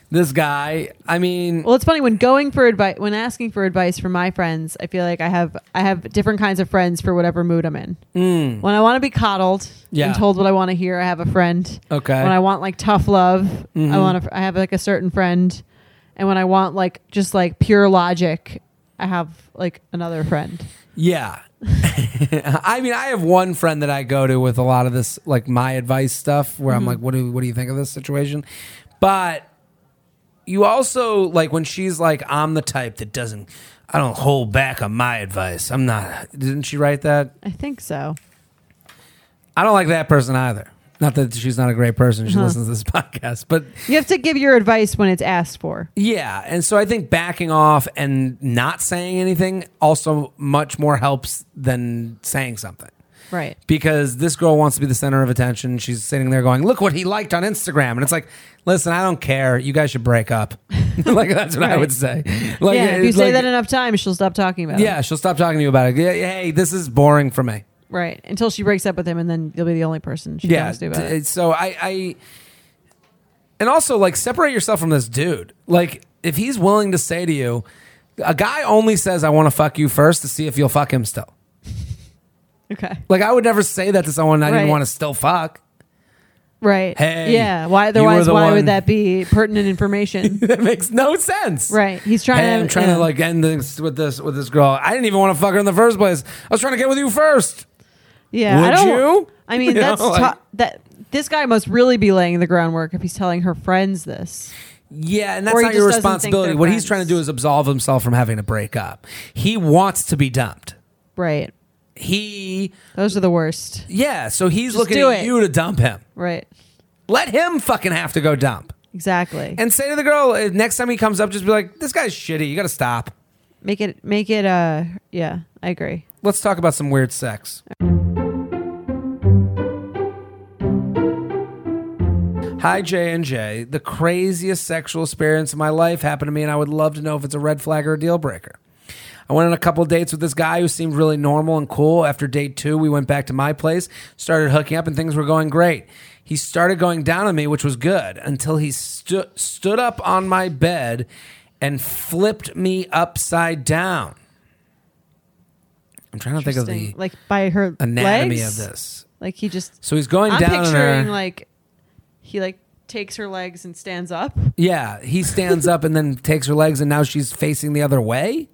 Speaker 2: this guy. I mean,
Speaker 1: Well, it's funny when going for advice, when asking for advice from my friends, I feel like I have I have different kinds of friends for whatever mood I'm in. When I want to be coddled
Speaker 2: Hmm. Yeah.
Speaker 1: and told what I want to hear, I have a friend.
Speaker 2: Okay. Mm-hmm.
Speaker 1: When I want like tough love, I want to. I have like a certain friend, and when I want like just like pure logic, I have like another friend.
Speaker 2: Yeah. I mean, I have one friend that I go to with a lot of this, like my advice stuff, where I'm like, "What do what do you think of this situation?" But you also like when she's like, "I'm the type that doesn't, I don't hold back on my advice." I'm not. Didn't she write that?
Speaker 1: I think so.
Speaker 2: I don't like that person either. Not that she's not a great person. She listens to this podcast, but
Speaker 1: You have to give your advice when it's asked for.
Speaker 2: Yeah, and so I think backing off and not saying anything also much more helps than saying something.
Speaker 1: Right.
Speaker 2: Because this girl wants to be the center of attention. She's sitting there going, "Look what he liked on Instagram," and it's like, "Listen, I don't care. You guys should break up." like that's what I
Speaker 1: Right.
Speaker 2: would say. Like,
Speaker 1: yeah. If you
Speaker 2: it's
Speaker 1: say
Speaker 2: like-
Speaker 1: that enough times, she'll stop talking about it.
Speaker 2: yeah, she'll stop talking to you about it. Yeah, Hey, this is boring for me.
Speaker 1: Right. Until she breaks up with him, and then you'll be the only person she
Speaker 2: yeah
Speaker 1: talks to about
Speaker 2: t-
Speaker 1: it.
Speaker 2: so i i and also like separate yourself from this dude like if he's willing to say to you a guy only says i want to fuck you first to see if you'll fuck him still
Speaker 1: Okay.
Speaker 2: like i would never say that to someone i didn't
Speaker 1: Right.
Speaker 2: want to still fuck
Speaker 1: Right.
Speaker 2: Hey,
Speaker 1: yeah. Why
Speaker 2: you were
Speaker 1: otherwise?
Speaker 2: the
Speaker 1: Why
Speaker 2: one-
Speaker 1: would that be pertinent information?
Speaker 2: that makes no sense
Speaker 1: right. He's trying
Speaker 2: Hey,
Speaker 1: to.
Speaker 2: I'm trying
Speaker 1: yeah.
Speaker 2: to like end this with this with this girl. I didn't even want to fuck her in the first place. I was trying to get with you first.
Speaker 1: Yeah.
Speaker 2: Would
Speaker 1: I don't,
Speaker 2: you?
Speaker 1: I mean,
Speaker 2: You
Speaker 1: that's
Speaker 2: know,
Speaker 1: to-
Speaker 2: like-
Speaker 1: that. This guy must really be laying the groundwork if he's telling her friends this.
Speaker 2: Yeah, and that's
Speaker 1: Or he
Speaker 2: not your
Speaker 1: just doesn't think
Speaker 2: responsibility.
Speaker 1: they're
Speaker 2: What he's
Speaker 1: friends.
Speaker 2: trying to do is absolve himself from having to break up. He wants to be dumped.
Speaker 1: Right.
Speaker 2: He
Speaker 1: Those are the worst.
Speaker 2: Yeah, so he's looking
Speaker 1: do
Speaker 2: at
Speaker 1: it.
Speaker 2: you to dump him.
Speaker 1: Right.
Speaker 2: Let him fucking have to go dump.
Speaker 1: Exactly.
Speaker 2: And say to the girl, uh, next time he comes up, just be like, this guy's shitty. You got to stop.
Speaker 1: make it. Make it. Uh. Yeah. I agree.
Speaker 2: Let's talk about some weird sex. Hi, J and J. The craziest sexual experience of my life happened to me, and I would love to know if it's a red flag or a deal breaker. I went on a couple dates with this guy who seemed really normal and cool. After date two, we went back to my place, started hooking up, and things were going great. He started going down on me, which was good, until he stu- stood up on my bed and flipped me upside down. I'm trying to think of the
Speaker 1: Interesting. like by her
Speaker 2: anatomy
Speaker 1: legs?
Speaker 2: of this.
Speaker 1: Like he just.
Speaker 2: So he's going
Speaker 1: I'm
Speaker 2: down on
Speaker 1: picturing
Speaker 2: her.
Speaker 1: like he like takes her legs and stands up.
Speaker 2: yeah, he stands up and then takes her legs, and now she's facing the other way.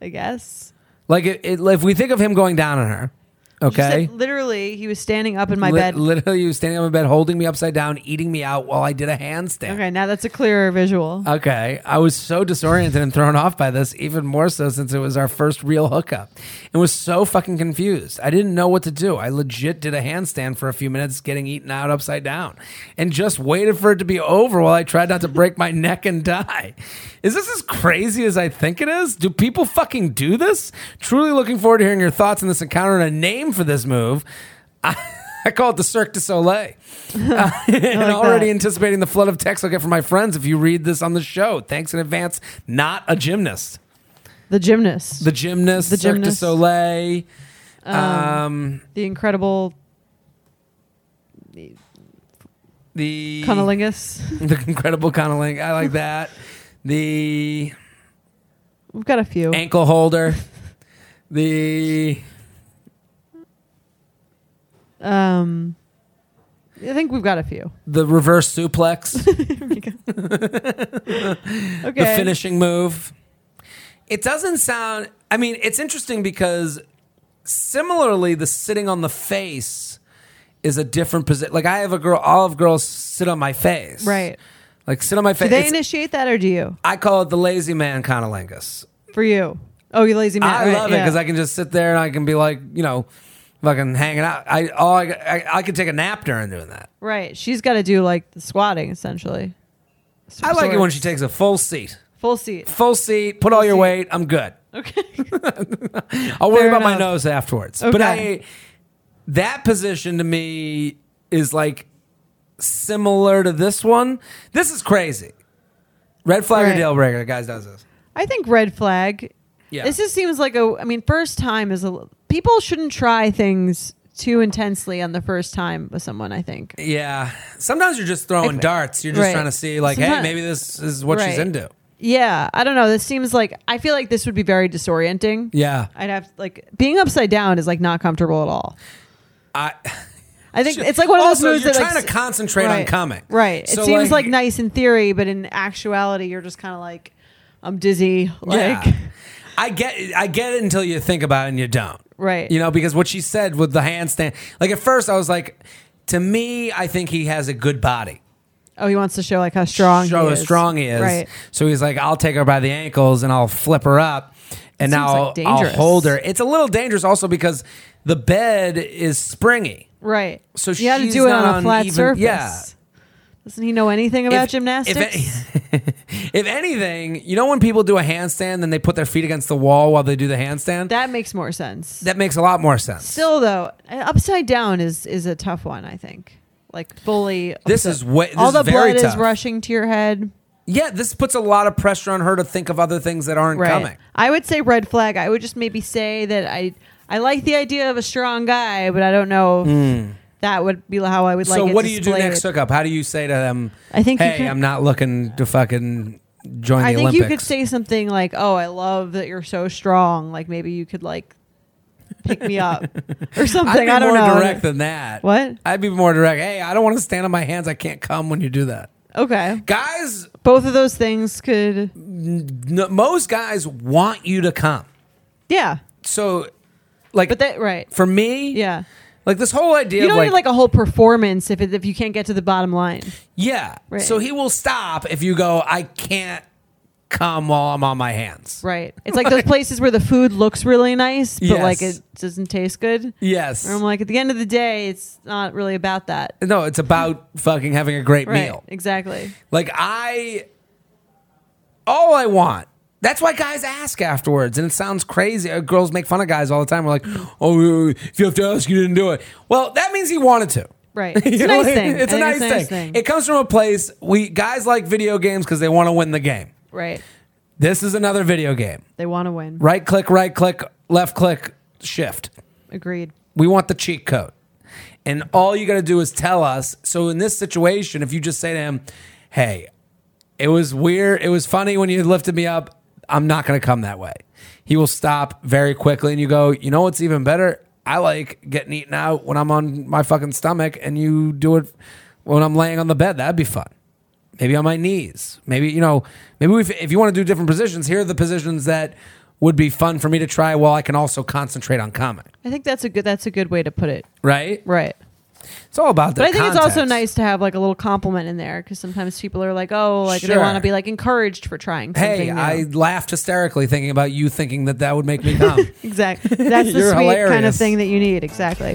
Speaker 1: I guess.
Speaker 2: Like it, it, if we think of him going down on her,
Speaker 1: She said
Speaker 2: Okay.
Speaker 1: literally, he was standing up in my
Speaker 2: Li-
Speaker 1: bed.
Speaker 2: Literally, you were standing on my bed, holding me upside down, eating me out while I did a handstand.
Speaker 1: okay, now that's a clearer visual.
Speaker 2: Uh, Okay. I was so disoriented and thrown off by this, even more so since it was our first real hookup. And was so fucking confused. I didn't know what to do. I legit did a handstand for a few minutes, getting eaten out upside down, and just waited for it to be over while I tried not to break my neck and die. Is this as crazy as I think it is? Do people fucking do this? Truly looking forward to hearing your thoughts on this encounter and a name for this move. I call it the Cirque du Soleil. Uh, and already anticipating the flood of texts I'll get from my friends if you read this on the show. Thanks in advance. Not a gymnast.
Speaker 1: the gymnast,
Speaker 2: The
Speaker 1: the,
Speaker 2: gymnast,
Speaker 1: The
Speaker 2: Cirque
Speaker 1: gymnast.
Speaker 2: du Soleil. um,
Speaker 1: incredible
Speaker 2: the
Speaker 1: cunnilingus.
Speaker 2: the incredible cunnilingus. I like that. the
Speaker 1: We've got a few.
Speaker 2: ankle holder. The
Speaker 1: Um, I think we've got a few.
Speaker 2: the reverse suplex.
Speaker 1: okay.
Speaker 2: the finishing move. It doesn't sound. I mean, it's interesting because similarly, the sitting on the face is a different position. Like I have a girl. All of girls sit on my face.
Speaker 1: Right.
Speaker 2: Like sit on my
Speaker 1: Do
Speaker 2: face.
Speaker 1: they
Speaker 2: It's-
Speaker 1: initiate that or do you?
Speaker 2: I call it the lazy man conolingus.
Speaker 1: For you? Oh, you lazy man.
Speaker 2: I
Speaker 1: right,
Speaker 2: love it
Speaker 1: yeah.
Speaker 2: because I can just sit there and I can be like, you know, fucking hanging out. I all I, I, I could take a nap during doing that.
Speaker 1: Right. She's got to do like the squatting essentially. S-
Speaker 2: I like it
Speaker 1: sort.
Speaker 2: when she takes a full seat.
Speaker 1: full seat.
Speaker 2: Full seat. Put all your weight. I'm good.
Speaker 1: Okay.
Speaker 2: I'll worry
Speaker 1: Fair
Speaker 2: about my
Speaker 1: enough.
Speaker 2: nose afterwards. But I
Speaker 1: Okay.
Speaker 2: that position to me is like similar to this one. This is crazy. Red flag or
Speaker 1: Right.
Speaker 2: deal breaker. The guys does this.
Speaker 1: I think red flag.
Speaker 2: Yeah.
Speaker 1: This just seems like a. I mean, first time is a. l- People shouldn't try things too intensely on the first time with someone. I think.
Speaker 2: Yeah. Sometimes you're just throwing
Speaker 1: Like-
Speaker 2: darts. You're just
Speaker 1: right.
Speaker 2: trying to see like, hey,
Speaker 1: Sometimes-
Speaker 2: maybe this is what she's
Speaker 1: Right.
Speaker 2: into.
Speaker 1: Yeah, I don't know. This seems like I feel like this would be very disorienting.
Speaker 2: Yeah.
Speaker 1: I'd have like being upside down is like not comfortable at all.
Speaker 2: I
Speaker 1: I think it's like one of those
Speaker 2: also,
Speaker 1: moves
Speaker 2: you're
Speaker 1: that
Speaker 2: trying
Speaker 1: like,
Speaker 2: to concentrate on
Speaker 1: right,
Speaker 2: coming.
Speaker 1: Right.
Speaker 2: So,
Speaker 1: it seems
Speaker 2: like-
Speaker 1: like, nice in theory, but in actuality, you're just kind of like, I'm dizzy. Like,
Speaker 2: yeah. I get it- I get it until you think about it and you don't.
Speaker 1: Right.
Speaker 2: You know, because what she said with the handstand like at first I was like, to me, I think he has a good body.
Speaker 1: oh, he wants to show like how strong.
Speaker 2: show
Speaker 1: he
Speaker 2: how
Speaker 1: is.
Speaker 2: strong he is.
Speaker 1: Right.
Speaker 2: So he's like, I'll take her by the ankles and I'll flip her up, and
Speaker 1: seems,
Speaker 2: now
Speaker 1: like,
Speaker 2: I'll- I'll,
Speaker 1: dangerous.
Speaker 2: hold her. It's a little dangerous also because the bed is springy.
Speaker 1: Right.
Speaker 2: So
Speaker 1: you had to
Speaker 2: she's
Speaker 1: do it
Speaker 2: not
Speaker 1: on a
Speaker 2: on
Speaker 1: flat
Speaker 2: even-
Speaker 1: surface.
Speaker 2: yeah.
Speaker 1: Doesn't he know anything about
Speaker 2: If-
Speaker 1: gymnastics?
Speaker 2: If, if anything, you know when people do a handstand and they put their feet against the wall while they do the handstand, that,
Speaker 1: that makes more sense.
Speaker 2: makes a lot more sense.
Speaker 1: Still though, uh, upside down is is a tough one. I think. Like fully.
Speaker 2: This
Speaker 1: upside-
Speaker 2: is way- this
Speaker 1: all
Speaker 2: is
Speaker 1: the
Speaker 2: very
Speaker 1: blood
Speaker 2: tough.
Speaker 1: is rushing to your head.
Speaker 2: yeah, this puts a lot of pressure on her to think of other things that aren't
Speaker 1: Right.
Speaker 2: coming.
Speaker 1: I would say red flag. I would just maybe say that I I like the idea of a strong guy, but I don't know. if That would be how I would like.
Speaker 2: Hmm. so
Speaker 1: it
Speaker 2: what do you do
Speaker 1: displayed.
Speaker 2: next hookup? How do you say to them?
Speaker 1: I think you
Speaker 2: hey,
Speaker 1: can-
Speaker 2: I'm not looking to fucking join
Speaker 1: I
Speaker 2: the
Speaker 1: think
Speaker 2: Olympics.
Speaker 1: you could say something like, "Oh, I love that you're so strong." Like maybe you could like pick me up or
Speaker 2: I'd
Speaker 1: something.
Speaker 2: be
Speaker 1: I don't
Speaker 2: more
Speaker 1: know.
Speaker 2: direct than that.
Speaker 1: What?
Speaker 2: I'd be more direct. Hey, I don't want to stand on my hands. I can't come when you do that.
Speaker 1: Okay,
Speaker 2: Guys,
Speaker 1: both of those things could.
Speaker 2: n- most guys want you to come.
Speaker 1: Yeah,
Speaker 2: So, like,
Speaker 1: but that right.
Speaker 2: for me,
Speaker 1: Yeah,
Speaker 2: like this whole idea
Speaker 1: you
Speaker 2: of
Speaker 1: don't
Speaker 2: like,
Speaker 1: need like a whole performance if it, if you can't get to the bottom line.
Speaker 2: yeah.
Speaker 1: Right.
Speaker 2: So he will stop if you go. I can't come while I'm on my hands.
Speaker 1: Right. It's like those places where the food looks really nice, but like
Speaker 2: Yes.
Speaker 1: it doesn't taste good.
Speaker 2: Yes.
Speaker 1: And I'm like, at the end of the day, it's not really about that.
Speaker 2: no, it's about fucking having a great
Speaker 1: Right.
Speaker 2: meal.
Speaker 1: Exactly.
Speaker 2: Like I, all I want. That's why guys ask afterwards, and it sounds crazy. Uh, Girls make fun of guys all the time. We're like,
Speaker 1: Mm.
Speaker 2: "Oh, if you have to ask, you didn't do it." Well, that means he wanted to.
Speaker 1: Right. It's a
Speaker 2: You know,
Speaker 1: nice thing.
Speaker 2: It's a
Speaker 1: I think
Speaker 2: nice,
Speaker 1: it's a
Speaker 2: thing.
Speaker 1: nice thing.
Speaker 2: It comes from a place we guys like video games because they want to win the game.
Speaker 1: Right.
Speaker 2: This is another video game.
Speaker 1: They want to win.
Speaker 2: Right click, right click, left click, shift.
Speaker 1: Agreed.
Speaker 2: We want the cheat code. And all you got to do is tell us. So in this situation, if you just say to him, hey, it was weird. It was funny when you lifted me up. I'm not going to come that way. He will stop very quickly. And you go, you know what's even better? I like getting eaten out when I'm on my fucking stomach and you do it when I'm laying on the bed. That'd be fun. Maybe on my knees. Maybe, you know, maybe if, if you want to do different positions, here are the positions that would be fun for me to try while I can also concentrate on comedy.
Speaker 4: I think that's a good that's a good way to put it.
Speaker 2: Right?
Speaker 4: Right.
Speaker 2: It's all about the
Speaker 4: But I think it's also
Speaker 2: context.
Speaker 4: nice to have like a little compliment in there because sometimes people are like, oh, like they
Speaker 2: Sure.
Speaker 4: want to be like encouraged for trying. Something
Speaker 2: Hey,
Speaker 4: new.
Speaker 2: I laughed hysterically thinking about you thinking that that would make me come.
Speaker 4: exactly. That's the
Speaker 2: You're
Speaker 4: sweet kind of
Speaker 2: hilarious.
Speaker 4: thing that you need. Exactly.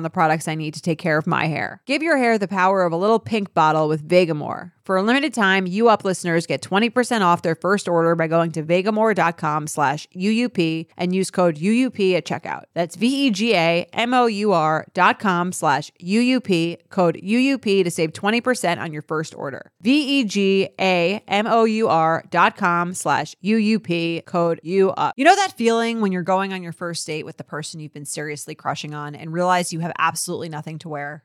Speaker 1: the products I need to take care of my hair. Give your hair the power of a little pink bottle with Vegamore. For a limited time, you up listeners get 20% off their first order by going to vegamore.com slash UUP and use code UUP at checkout. That's E V-E-G-A-M-O-U-R dot com slash UUP, code UUP to save 20% on your first order. E V-E-G-A-M-O-U-R dot com slash UUP, code UUP. You know that feeling when you're going on your first date with the person you've been seriously crushing on and realize you have absolutely nothing to wear?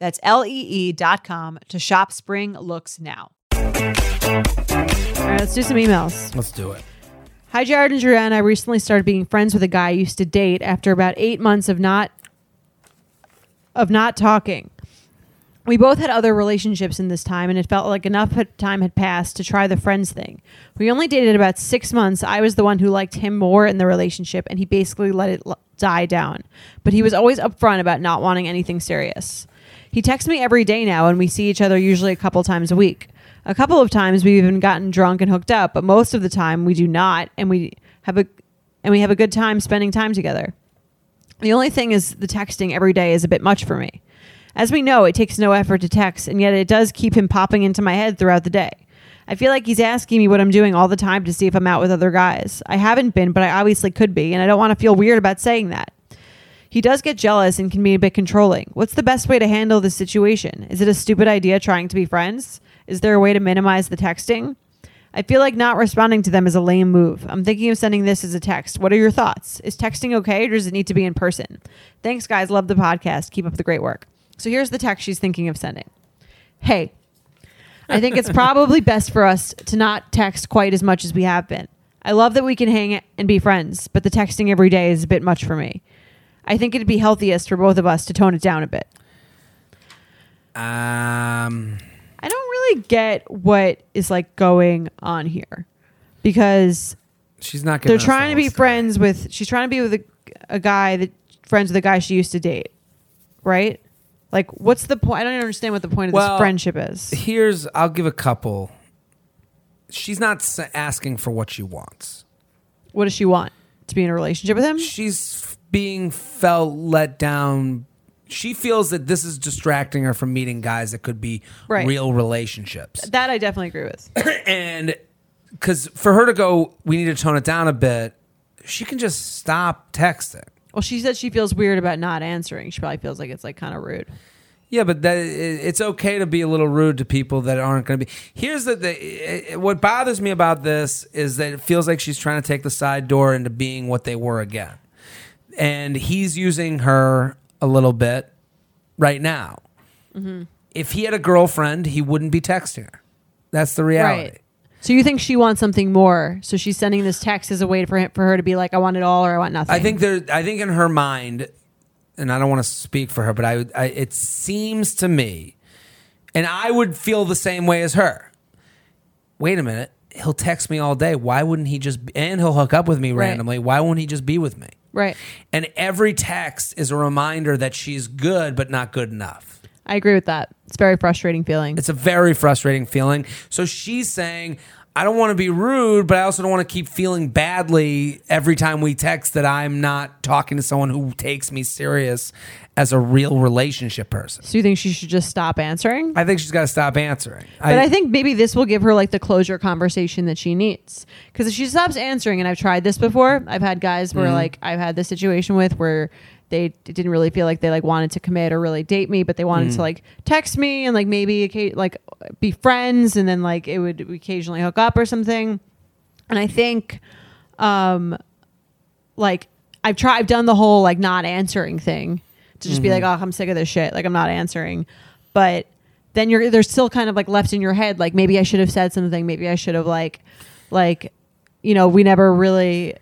Speaker 1: That's E lee.com to shop spring looks now.
Speaker 4: All right, let's do some emails.
Speaker 2: Let's do it.
Speaker 4: Hi, Jared and Julianne. I recently started being friends with a guy I used to date after about eight months of not of not talking. We both had other relationships in this time, and it felt like enough had- time had passed to try the friends thing. We only dated about six months. I was the one who liked him more in the relationship, and he basically let it l- die down. But he was always upfront about not wanting anything serious. He texts me every day now, and we see each other usually a couple times a week. A couple of times we've even gotten drunk and hooked up, but most of the time we do not, and we have a and we have a good time spending time together. The only thing is the texting every day is a bit much for me. As we know, it takes no effort to text, and yet it does keep him popping into my head throughout the day. I feel like he's asking me what I'm doing all the time to see if I'm out with other guys. I haven't been, but I obviously could be, and I don't want to feel weird about saying that. He does get jealous and can be a bit controlling. What's the best way to handle this situation? Is it a stupid idea trying to be friends? Is there a way to minimize the texting? I feel like not responding to them is a lame move. I'm thinking of sending this as a text. What are your thoughts? Is texting okay or does it need to be in person? Thanks, guys. Love the podcast. Keep up the great work. So here's the text she's thinking of sending Hey, I think it's probably best for us to not text quite as much as we have been. I love that we can hang and be friends, but the texting every day is a bit much for me. I think it'd be healthiest for both of us to tone it down a bit.
Speaker 2: Um,
Speaker 4: I don't really get what is like going on here because
Speaker 2: she's not
Speaker 4: they're
Speaker 2: giving us the
Speaker 4: trying to
Speaker 2: whole
Speaker 4: be
Speaker 2: story.
Speaker 4: friends with she's trying to be with a, a guy that friends with a guy she used to date. Right? Like what's the point? I don't understand what the point of
Speaker 2: Well,
Speaker 4: this friendship is.
Speaker 2: Here's, I'll give a couple. She's not s- asking for what she wants.
Speaker 4: What does she want? To be in a relationship with him?
Speaker 2: She's f- being felt let down. She feels that this is distracting her from meeting guys that could be
Speaker 4: Right.
Speaker 2: real relationships.
Speaker 4: That I definitely agree with.
Speaker 2: and because for her to go, we need to tone it down a bit. She can just stop texting.
Speaker 1: Well, she said she feels weird about not answering. She probably feels like it's like kind of rude.
Speaker 2: Yeah, but that, i- it's okay to be a little rude to people that aren't going to be. Here's the, the i- what bothers me about this is that it feels like she's trying to take the side door into being what they were again, and he's using her a little bit right now. If he had a girlfriend, he wouldn't be texting her. That's the reality.
Speaker 1: Right. So you think she wants something more? So she's sending this text as a way for him, for her to be like, I want it all or I want nothing.
Speaker 2: I think there. I think in her mind, and I don't want to speak for her, but I, I it seems to me, and I would feel the same way as her. Wait a minute. He'll text me all day. Why wouldn't he just? And he'll hook up with me
Speaker 1: Right.
Speaker 2: randomly. Why won't he just be with me?
Speaker 1: right.
Speaker 2: And every text is a reminder that she's good, but not good enough.
Speaker 1: I agree with that. It's a very frustrating feeling.
Speaker 2: It's a very frustrating feeling. So she's saying, I don't want to be rude, but I also don't want to keep feeling badly every time we text that I'm not talking to someone who takes me serious as a real relationship person.
Speaker 1: so you think she should just stop answering?
Speaker 2: I think she's got to stop answering.
Speaker 1: But I think maybe this will give her like the closure conversation that she needs. Because if she stops answering, and I've tried this before, I've had guys where like I've had this situation with where they d- didn't really feel like they like wanted to commit or really date me, but they wanted to like text me and like maybe occa- like be friends, and then like it would occasionally hook up or something. And I think, um, like I've tried, I've done the whole like not answering thing to just be like, oh, I'm sick of this shit. Like I'm not answering, but then you're there's still kind of like left in your head like maybe I should have said something. Maybe I should have like, like, you know, we never really.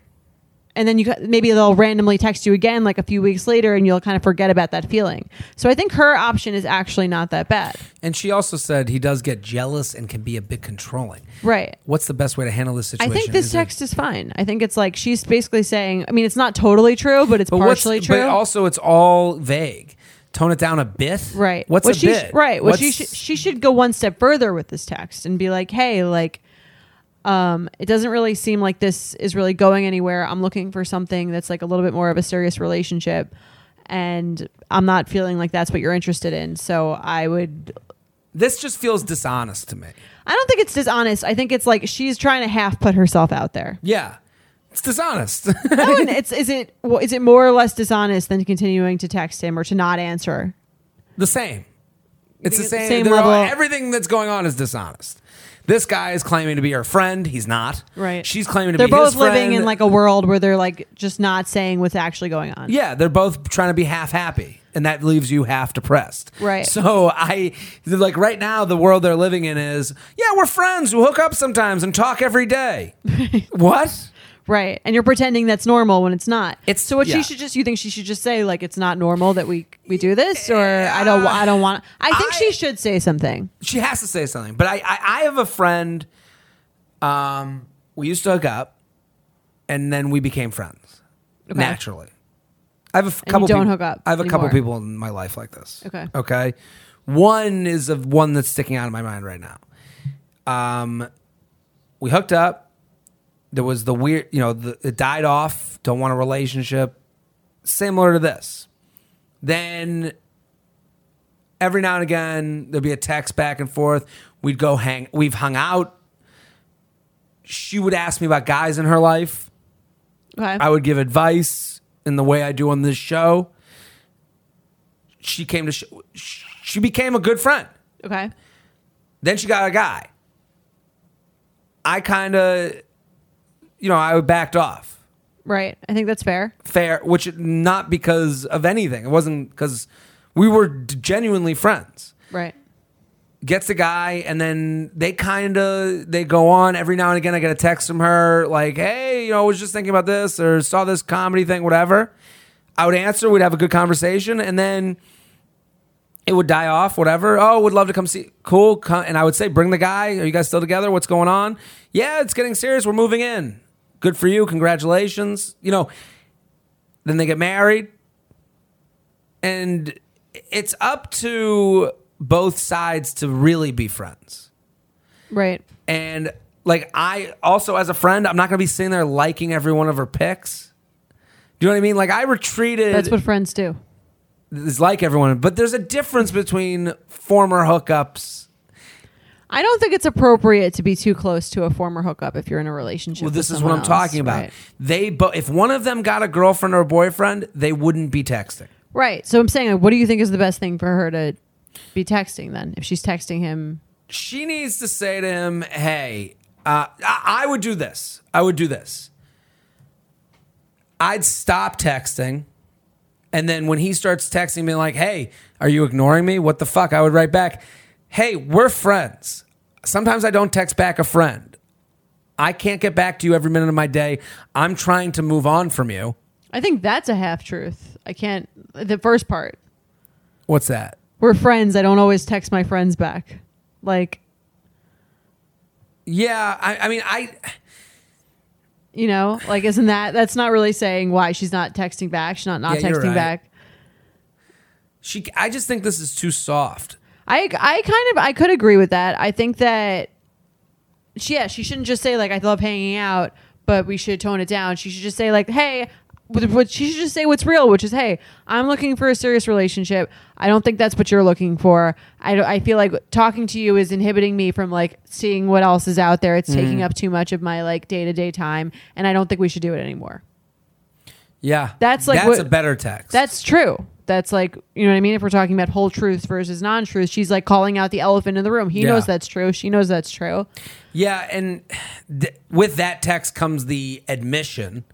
Speaker 1: And then you ca- maybe they'll randomly text you again like a few weeks later, and you'll kind of forget about that feeling. So I think her option is actually not that bad,
Speaker 2: and she also said he does get jealous and can be a bit controlling.
Speaker 1: right?
Speaker 2: What's the best way to handle this
Speaker 1: I
Speaker 2: situation?
Speaker 1: think this
Speaker 2: Is it-
Speaker 1: text is fine. I think it's like she's basically saying. I mean, it's not totally true, but it's
Speaker 2: but what's-
Speaker 1: partially true.
Speaker 2: But also, it's all vague. Tone it down a bit.
Speaker 1: Right.
Speaker 2: What's
Speaker 1: what
Speaker 2: a
Speaker 1: she
Speaker 2: bit?
Speaker 1: sh- right. What she
Speaker 2: What's-
Speaker 1: sh- she should go one step further with this text and be like, "Hey, like um it doesn't really seem like this is really going anywhere. I'm looking for something that's like a little bit more of a serious relationship and I'm not feeling like that's what you're interested in. So I would
Speaker 2: this just feels dishonest to me.
Speaker 1: I don't think it's dishonest. I think it's like she's trying to half put herself out there.
Speaker 2: Yeah. It's dishonest.
Speaker 1: No, and it's is it well, is it more or less dishonest than continuing to text him or to not answer?
Speaker 2: The same. It's the
Speaker 1: think it's the
Speaker 2: same.
Speaker 1: same
Speaker 2: they're all-
Speaker 1: level?
Speaker 2: everything that's going on is dishonest. This guy is claiming to be her friend. He's not.
Speaker 1: Right.
Speaker 2: She's claiming to
Speaker 1: They're
Speaker 2: be
Speaker 1: both
Speaker 2: his
Speaker 1: living
Speaker 2: friend.
Speaker 1: in like a world where they're like just not saying what's actually going on.
Speaker 2: Yeah, they're both trying to be half happy, and that leaves you half depressed.
Speaker 1: Right.
Speaker 2: So I like right now the world they're living in is yeah we're friends we hook up sometimes and talk every day. what?
Speaker 1: Right. And you're pretending that's normal when it's not.
Speaker 2: It's-
Speaker 1: so what
Speaker 2: yeah.
Speaker 1: she should just you think she should just say like it's not normal that we we do this or I don't wa- I don't want I think
Speaker 2: I-
Speaker 1: she should say something.
Speaker 2: she has to say something. But I, I, I have a friend. Um, we used to hook up, and then we became friends
Speaker 1: Okay.
Speaker 2: naturally. I have a f-
Speaker 1: you
Speaker 2: couple.
Speaker 1: don't
Speaker 2: people,
Speaker 1: hook up
Speaker 2: I have a couple
Speaker 1: anymore.
Speaker 2: people in my life like this.
Speaker 1: Okay.
Speaker 2: Okay. One is of one that's sticking out in my mind right now. Um, we hooked up. There was the weird, you know, the, it died off. Don't want a relationship. Similar to this. Then every now and again there'd be a text back and forth. We'd go hang. We've hung out. She would ask me about guys in her life.
Speaker 1: Okay.
Speaker 2: I would give advice in the way I do on this show. She came to. Sh- she became a good friend.
Speaker 1: okay.
Speaker 2: Then she got a guy. I kind of, you know, I backed off.
Speaker 1: Right. I think that's fair.
Speaker 2: Fair, which not because of anything. It wasn't because we were genuinely friends.
Speaker 1: Right.
Speaker 2: gets the guy and then they kind of they go on every now and again i get a text from her like hey you know i was just thinking about this or saw this comedy thing whatever i would answer we'd have a good conversation and then it would die off whatever oh would love to come see cool co- and i would say bring the guy are you guys still together what's going on yeah it's getting serious we're moving in good for you congratulations you know then they get married and it's up to both sides to really be friends.
Speaker 1: Right.
Speaker 2: And like I also as a friend, I'm not gonna be sitting there liking every one of her pics. Do you know what I mean? Like I retreated
Speaker 1: That's what friends do.
Speaker 2: is like everyone, but there's a difference between former hookups
Speaker 1: I don't think it's appropriate to be too close to a former hookup if you're in a relationship.
Speaker 2: Well,
Speaker 1: with
Speaker 2: this is what
Speaker 1: someone
Speaker 2: I'm
Speaker 1: else,
Speaker 2: talking about.
Speaker 1: Right.
Speaker 2: They, but if one of them got a girlfriend or a boyfriend, they wouldn't be texting.
Speaker 1: Right. So I'm saying, like, what do you think is the best thing for her to be texting then? If she's texting him,
Speaker 2: She needs to say to him, "Hey, uh, I, I would do this. I would do this. I'd stop texting, and then when he starts texting me, like, "Hey, are you ignoring me? What the fuck?" I would write back, "Hey, we're friends. Sometimes I don't text back a friend. I can't get back to you every minute of my day. I'm trying to move on from you.
Speaker 1: I think that's a half truth. I can't. The first part,
Speaker 2: What's that?"
Speaker 1: we're friends. I don't always text my friends back. Like,
Speaker 2: Yeah, I, I mean, I.
Speaker 1: you know, like, isn't that, that's not really saying why she's not texting back. She's not not
Speaker 2: Yeah, you're
Speaker 1: texting
Speaker 2: right.
Speaker 1: back.
Speaker 2: She, I just think this is too soft.
Speaker 1: I I kind of I could agree with that. I think that she, yeah, she shouldn't just say like I love hanging out, but we should tone it down. She should just say like, hey, what, what- she should just say what's real, which is, hey, I'm looking for a serious relationship. I don't think that's what you're looking for. I don't- I feel like talking to you is inhibiting me from like seeing what else is out there. It's taking up too much of my like day to day time, and I don't think we should do it anymore.
Speaker 2: Yeah,
Speaker 1: That's like
Speaker 2: that's
Speaker 1: what-
Speaker 2: a better text.
Speaker 1: That's true. That's like, you know what I mean? If we're talking about whole truth versus non truth, she's like calling out the elephant in the room. He
Speaker 2: Yeah.
Speaker 1: knows that's true. She knows that's true.
Speaker 2: Yeah, and th- with that text comes the admission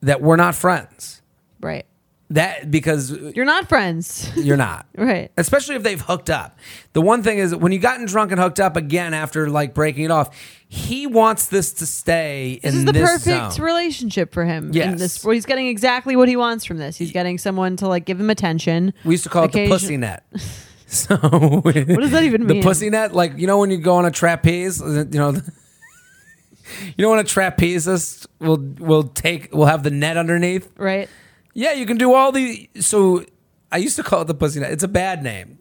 Speaker 2: that we're not friends.
Speaker 1: Right.
Speaker 2: That because
Speaker 1: You're not friends.
Speaker 2: you're not.
Speaker 1: right.
Speaker 2: Especially if they've hooked up. The one thing is when you gotten drunk and hooked up again after like breaking it off, he wants this to stay
Speaker 1: This
Speaker 2: in
Speaker 1: is the
Speaker 2: this
Speaker 1: perfect
Speaker 2: zone.
Speaker 1: relationship for him.
Speaker 2: Yes.
Speaker 1: In this, well, he's getting exactly what he wants from this. He's getting someone to like give him attention.
Speaker 2: we used to call it the
Speaker 1: Occasion-
Speaker 2: pussy net. So what does
Speaker 1: that even
Speaker 2: The
Speaker 1: mean?
Speaker 2: pussy net, like you know when you go on a trapeze, you know, you know when a trapezist will will take will have the net underneath.
Speaker 1: Right.
Speaker 2: Yeah, you can do all the. So I used to call it the pussy net. It's a bad name,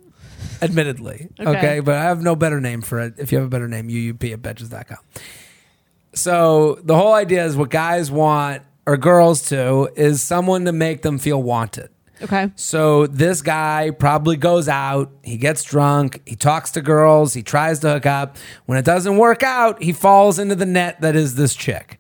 Speaker 2: admittedly. okay.
Speaker 1: Okay.
Speaker 2: but I have no better name for it. If you have a better name, UUP at betches.com. So the whole idea is what guys want, or girls too, is someone to make them feel wanted.
Speaker 1: Okay.
Speaker 2: So this guy probably goes out, he gets drunk, he talks to girls, he tries to hook up. When it doesn't work out, he falls into the net that is this chick.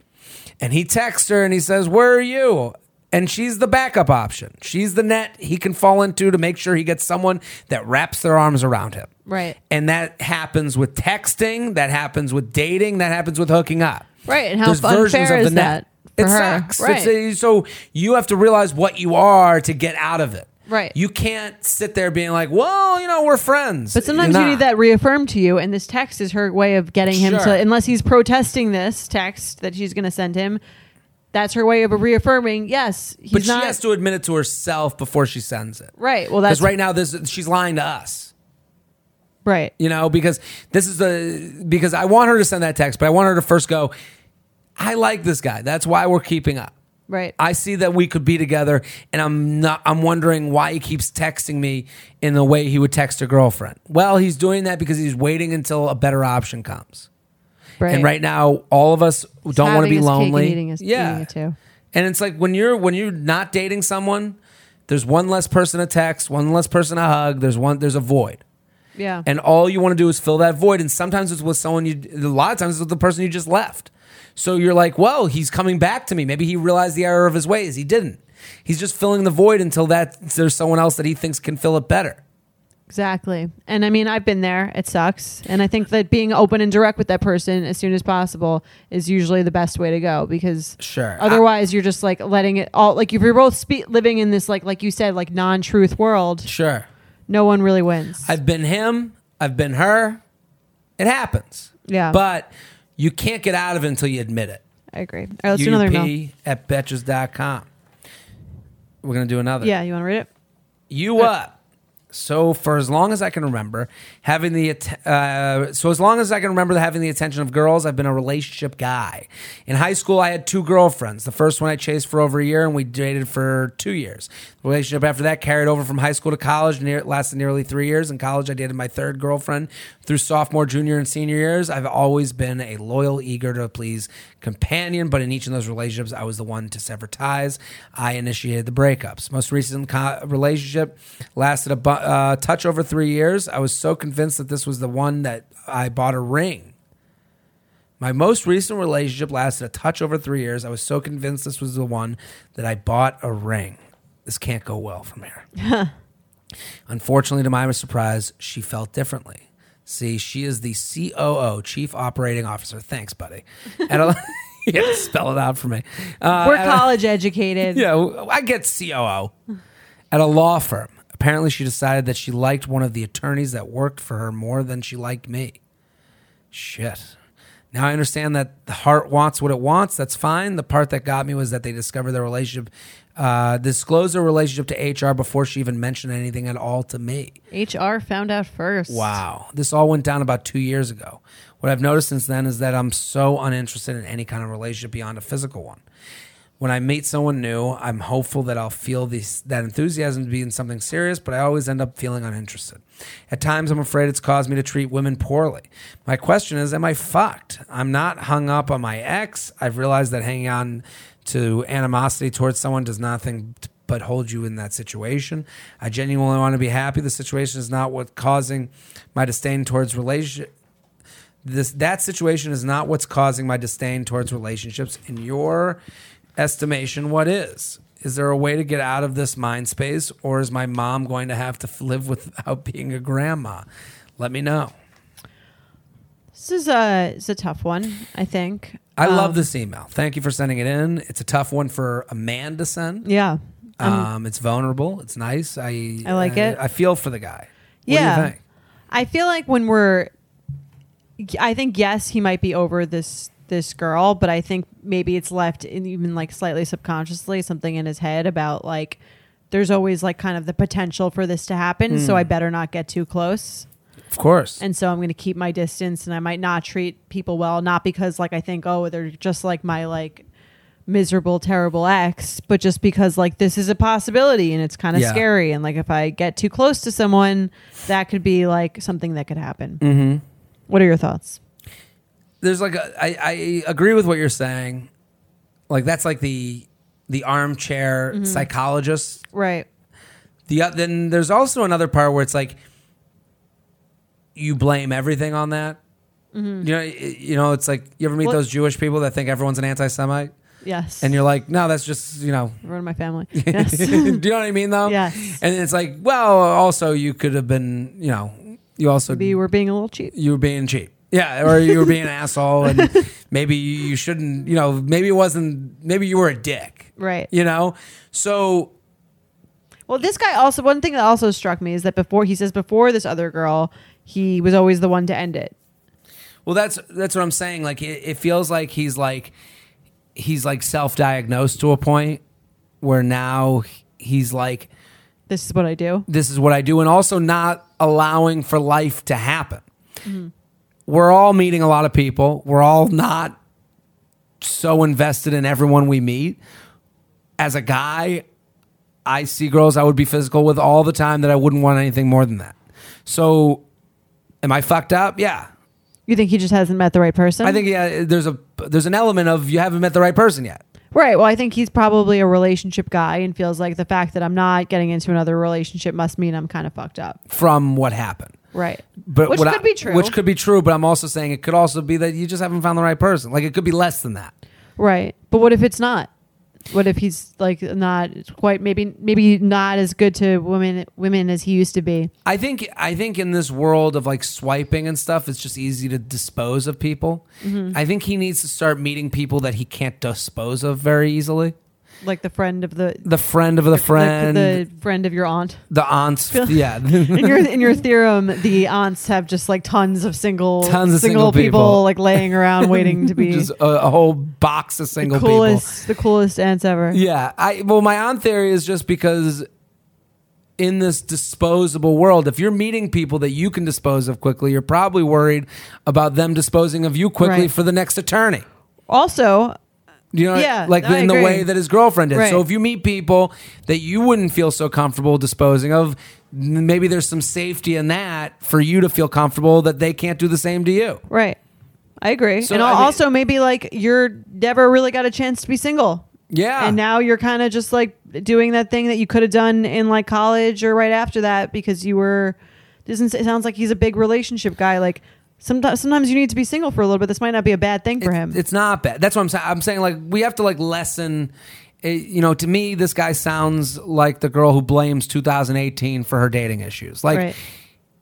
Speaker 2: And he texts her and he says, Where are you? And she's the backup option. She's the net he can fall into to make sure he gets someone that wraps their arms around him.
Speaker 1: Right.
Speaker 2: And that happens with texting, that happens with dating, that happens with hooking up.
Speaker 1: Right, and how
Speaker 2: There's
Speaker 1: unfair
Speaker 2: versions of
Speaker 1: is
Speaker 2: the net.
Speaker 1: that for
Speaker 2: it
Speaker 1: her?
Speaker 2: sucks.
Speaker 1: Right.
Speaker 2: It's a- so you have to realize what you are to get out of it.
Speaker 1: Right.
Speaker 2: You can't sit there being like, well, you know, we're friends.
Speaker 1: But sometimes
Speaker 2: You're
Speaker 1: you
Speaker 2: not.
Speaker 1: need that reaffirmed to you, and this text is her way of getting him
Speaker 2: Sure.
Speaker 1: to, unless he's protesting this text that she's going to send him. That's her way of reaffirming. Yes, he's
Speaker 2: But she
Speaker 1: not
Speaker 2: has to admit it to herself before she sends it.
Speaker 1: right. Well,
Speaker 2: Because
Speaker 1: that's
Speaker 2: right now, this she's lying to us.
Speaker 1: right.
Speaker 2: You know, because this is the because I want her to send that text, but I want her to first go. I like this guy. That's why we're keeping up.
Speaker 1: Right.
Speaker 2: I see that we could be together, and I'm not. I'm wondering why he keeps texting me in the way he would text a girlfriend. Well, he's doing that because he's waiting until a better option comes.
Speaker 1: right.
Speaker 2: And right now, all of us don't want to
Speaker 1: having
Speaker 2: be
Speaker 1: his cake and
Speaker 2: lonely.
Speaker 1: eating his-
Speaker 2: yeah,
Speaker 1: eating it too.
Speaker 2: and it's like when you're when you're not dating someone, there's one less person to text, one less person to hug. There's one. There's a void,
Speaker 1: Yeah.
Speaker 2: and all you want to do is fill that void. And sometimes it's with someone you. A lot of times it's with the person you just left. So you're like, well, he's coming back to me. Maybe he realized the error of his ways. He didn't. He's just filling the void until that there's someone else that he thinks can fill it better.
Speaker 1: exactly. And I mean, I've been there. It sucks. And I think that being open and direct with that person as soon as possible is usually the best way to go because
Speaker 2: Sure.
Speaker 1: Otherwise, you're just like letting it all like if you're both spe- living in this like like you said like non truth world,
Speaker 2: Sure.
Speaker 1: no one really wins.
Speaker 2: I've been him. I've been her. It happens.
Speaker 1: Yeah.
Speaker 2: But you can't get out of it until you admit it.
Speaker 1: I agree. All right, let's do another email.
Speaker 2: UUP at betches.com. We're going to do another.
Speaker 1: Yeah, you want to read it?
Speaker 2: You up. So for as long as I can remember, having the att- uh, so as long as I can remember having the attention of girls, I've been a relationship guy. In high school, I had two girlfriends. The first one I chased for over a year, and we dated for two years. The relationship after that carried over from high school to college, near, lasted nearly three years. In college, I dated my third girlfriend through sophomore, junior, and senior years. I've always been a loyal, eager to please companion, but in each of those relationships, I was the one to sever ties. I initiated the breakups. Most recent co- relationship lasted a bu- uh, touch over three years. I was so convinced that this was the one that I bought a ring. My most recent relationship lasted a touch over three years. I was so convinced this was the one that I bought a ring. This can't go well from here. Unfortunately, to my surprise, she felt differently. See, she is the COO, Chief Operating Officer. Thanks, buddy. At a, you had to spell it out for me. Uh,
Speaker 1: We're
Speaker 2: at a-
Speaker 1: college educated.
Speaker 2: yeah, well, I get COO at a law firm. Apparently, she decided that she liked one of the attorneys that worked for her more than she liked me. Shit. Now I understand that the heart wants what it wants. That's fine. The part that got me was that they discovered their relationship, uh, disclosed their relationship to HR before she even mentioned anything at all to me.
Speaker 1: HR found out first.
Speaker 2: Wow. This all went down about two years ago. What I've noticed since then is that I'm so uninterested in any kind of relationship beyond a physical one. When I meet someone new, I'm hopeful that I'll feel these, that enthusiasm to be in something serious, but I always end up feeling uninterested. At times, I'm afraid it's caused me to treat women poorly. My question is, am I fucked? I'm not hung up on my ex. I've realized that hanging on to animosity towards someone does nothing t- but hold you in that situation. I genuinely want to be happy. The situation is not what causing my disdain towards relationship. This that situation is not what's causing my disdain towards relationships. In your estimation, what is? Is there a way to get out of this mind space, or is my mom going to have to f- live without being a grandma? Let me know.
Speaker 1: This is a it's a tough one. I think.
Speaker 2: I
Speaker 1: Um,
Speaker 2: love this email. Thank you for sending it in. It's a tough one for a man to send.
Speaker 1: Yeah.
Speaker 2: Um, it's vulnerable. It's nice. I
Speaker 1: I like it.
Speaker 2: I feel for the guy. What do you
Speaker 1: Yeah.
Speaker 2: think?
Speaker 1: I feel like when we're, I think yes, he might be over this this girl, but I think maybe it's left in even like slightly subconsciously something in his head about like there's always like kind of the potential for this to happen, so
Speaker 2: Hmm.
Speaker 1: I better not get too close.
Speaker 2: Of course.
Speaker 1: and so I'm going to keep my distance and I might not treat people well, not because like I think oh they're just like my like miserable terrible ex, but just because like this is a possibility and it's kind of
Speaker 2: Yeah.
Speaker 1: scary and like if I get too close to someone, that could be like something that could happen. Mm-hmm. What are your thoughts?
Speaker 2: there's like a, I, I agree with what you're saying. Like that's like the the armchair
Speaker 1: Mm-hmm.
Speaker 2: psychologist.
Speaker 1: Right.
Speaker 2: The o- then there's also another part where it's like you blame everything on that. You know, y- you know, it's like you ever meet
Speaker 1: Mm-hmm. Well-
Speaker 2: those Jewish people that think everyone's an anti-Semite,
Speaker 1: Yes.
Speaker 2: and you're like, no, that's just you know.
Speaker 1: ruin my family.
Speaker 2: Do
Speaker 1: Yes.
Speaker 2: you know what I mean, though?
Speaker 1: Yes.
Speaker 2: And it's like, well, also you could have been, you know, you also
Speaker 1: Maybe we're being a little cheap.
Speaker 2: you were being cheap. Yeah, or you were being an asshole, and maybe you shouldn't. You know, maybe it wasn't. Maybe you were a dick.
Speaker 1: Right.
Speaker 2: You know, so
Speaker 1: Well, this guy also one thing that also struck me is that before he says before this other girl, he was always the one to end it.
Speaker 2: well, that's that's what I'm saying. Like, it, it feels like he's like he's like self-diagnosed to a point where now he's like,
Speaker 1: This is what I do.
Speaker 2: this is what I do, and also not allowing for life to happen. We're all meeting a lot of people. We're all not so invested in everyone we meet. As a guy, I see girls I would be physical with all the time that I wouldn't want anything more than that. So, am I fucked up? Yeah.
Speaker 1: You think he just hasn't met the right person?
Speaker 2: I think yeah, there's a there's an element of you haven't met the right person yet.
Speaker 1: Right. Well, I think he's probably a relationship guy and feels like the fact that I'm not getting into another relationship must mean I'm kind of fucked up.
Speaker 2: from what happened.
Speaker 1: Right.
Speaker 2: But
Speaker 1: which
Speaker 2: what
Speaker 1: could
Speaker 2: I-
Speaker 1: be true.
Speaker 2: Which could be true, but I'm also saying it could also be that you just haven't found the right person. Like it could be less than that.
Speaker 1: right. But what if it's not? What if he's like not quite maybe maybe not as good to women women as he used to be?
Speaker 2: I think I think in this world of like swiping and stuff, it's just easy to dispose of people.
Speaker 1: Mm-hmm.
Speaker 2: I think he needs to start meeting people that he can't dispose of very easily.
Speaker 1: Like the friend of the
Speaker 2: The friend of the friend,
Speaker 1: the,
Speaker 2: the,
Speaker 1: the friend of your aunt.
Speaker 2: aunts, yeah.
Speaker 1: In your in your theorem, the aunts have just like tons of single
Speaker 2: Tons of single people.
Speaker 1: like laying around waiting to be
Speaker 2: just a, a whole box of single people.
Speaker 1: coolest the coolest aunts ever.
Speaker 2: Yeah, I well, my on theory is just because in this disposable world, if you're meeting people that you can dispose of quickly, you're probably worried about them disposing of you quickly
Speaker 1: Right.
Speaker 2: for the next attorney.
Speaker 1: Also,
Speaker 2: You know,
Speaker 1: Yeah,
Speaker 2: like
Speaker 1: I
Speaker 2: in the
Speaker 1: agree.
Speaker 2: way that his girlfriend did.
Speaker 1: Right.
Speaker 2: So if you meet people that you wouldn't feel so comfortable disposing of, n- maybe there's some safety in that for you to feel comfortable that they can't do the same to you.
Speaker 1: Right. I agree.
Speaker 2: So,
Speaker 1: and
Speaker 2: I mean-
Speaker 1: also maybe like you're never really got a chance to be single.
Speaker 2: Yeah.
Speaker 1: and now you're kind of just like doing that thing that you could have done in like college or right after that because you were doesn't it sounds like he's a big relationship guy like sometimes sometimes you need to be single for a little bit this might not be a bad thing for him
Speaker 2: It's not bad. That's what I'm saying. I'm saying like we have to like lessen. It, you know, to me, this guy sounds like the girl who blames 2018 for her dating issues. Like,
Speaker 1: Right.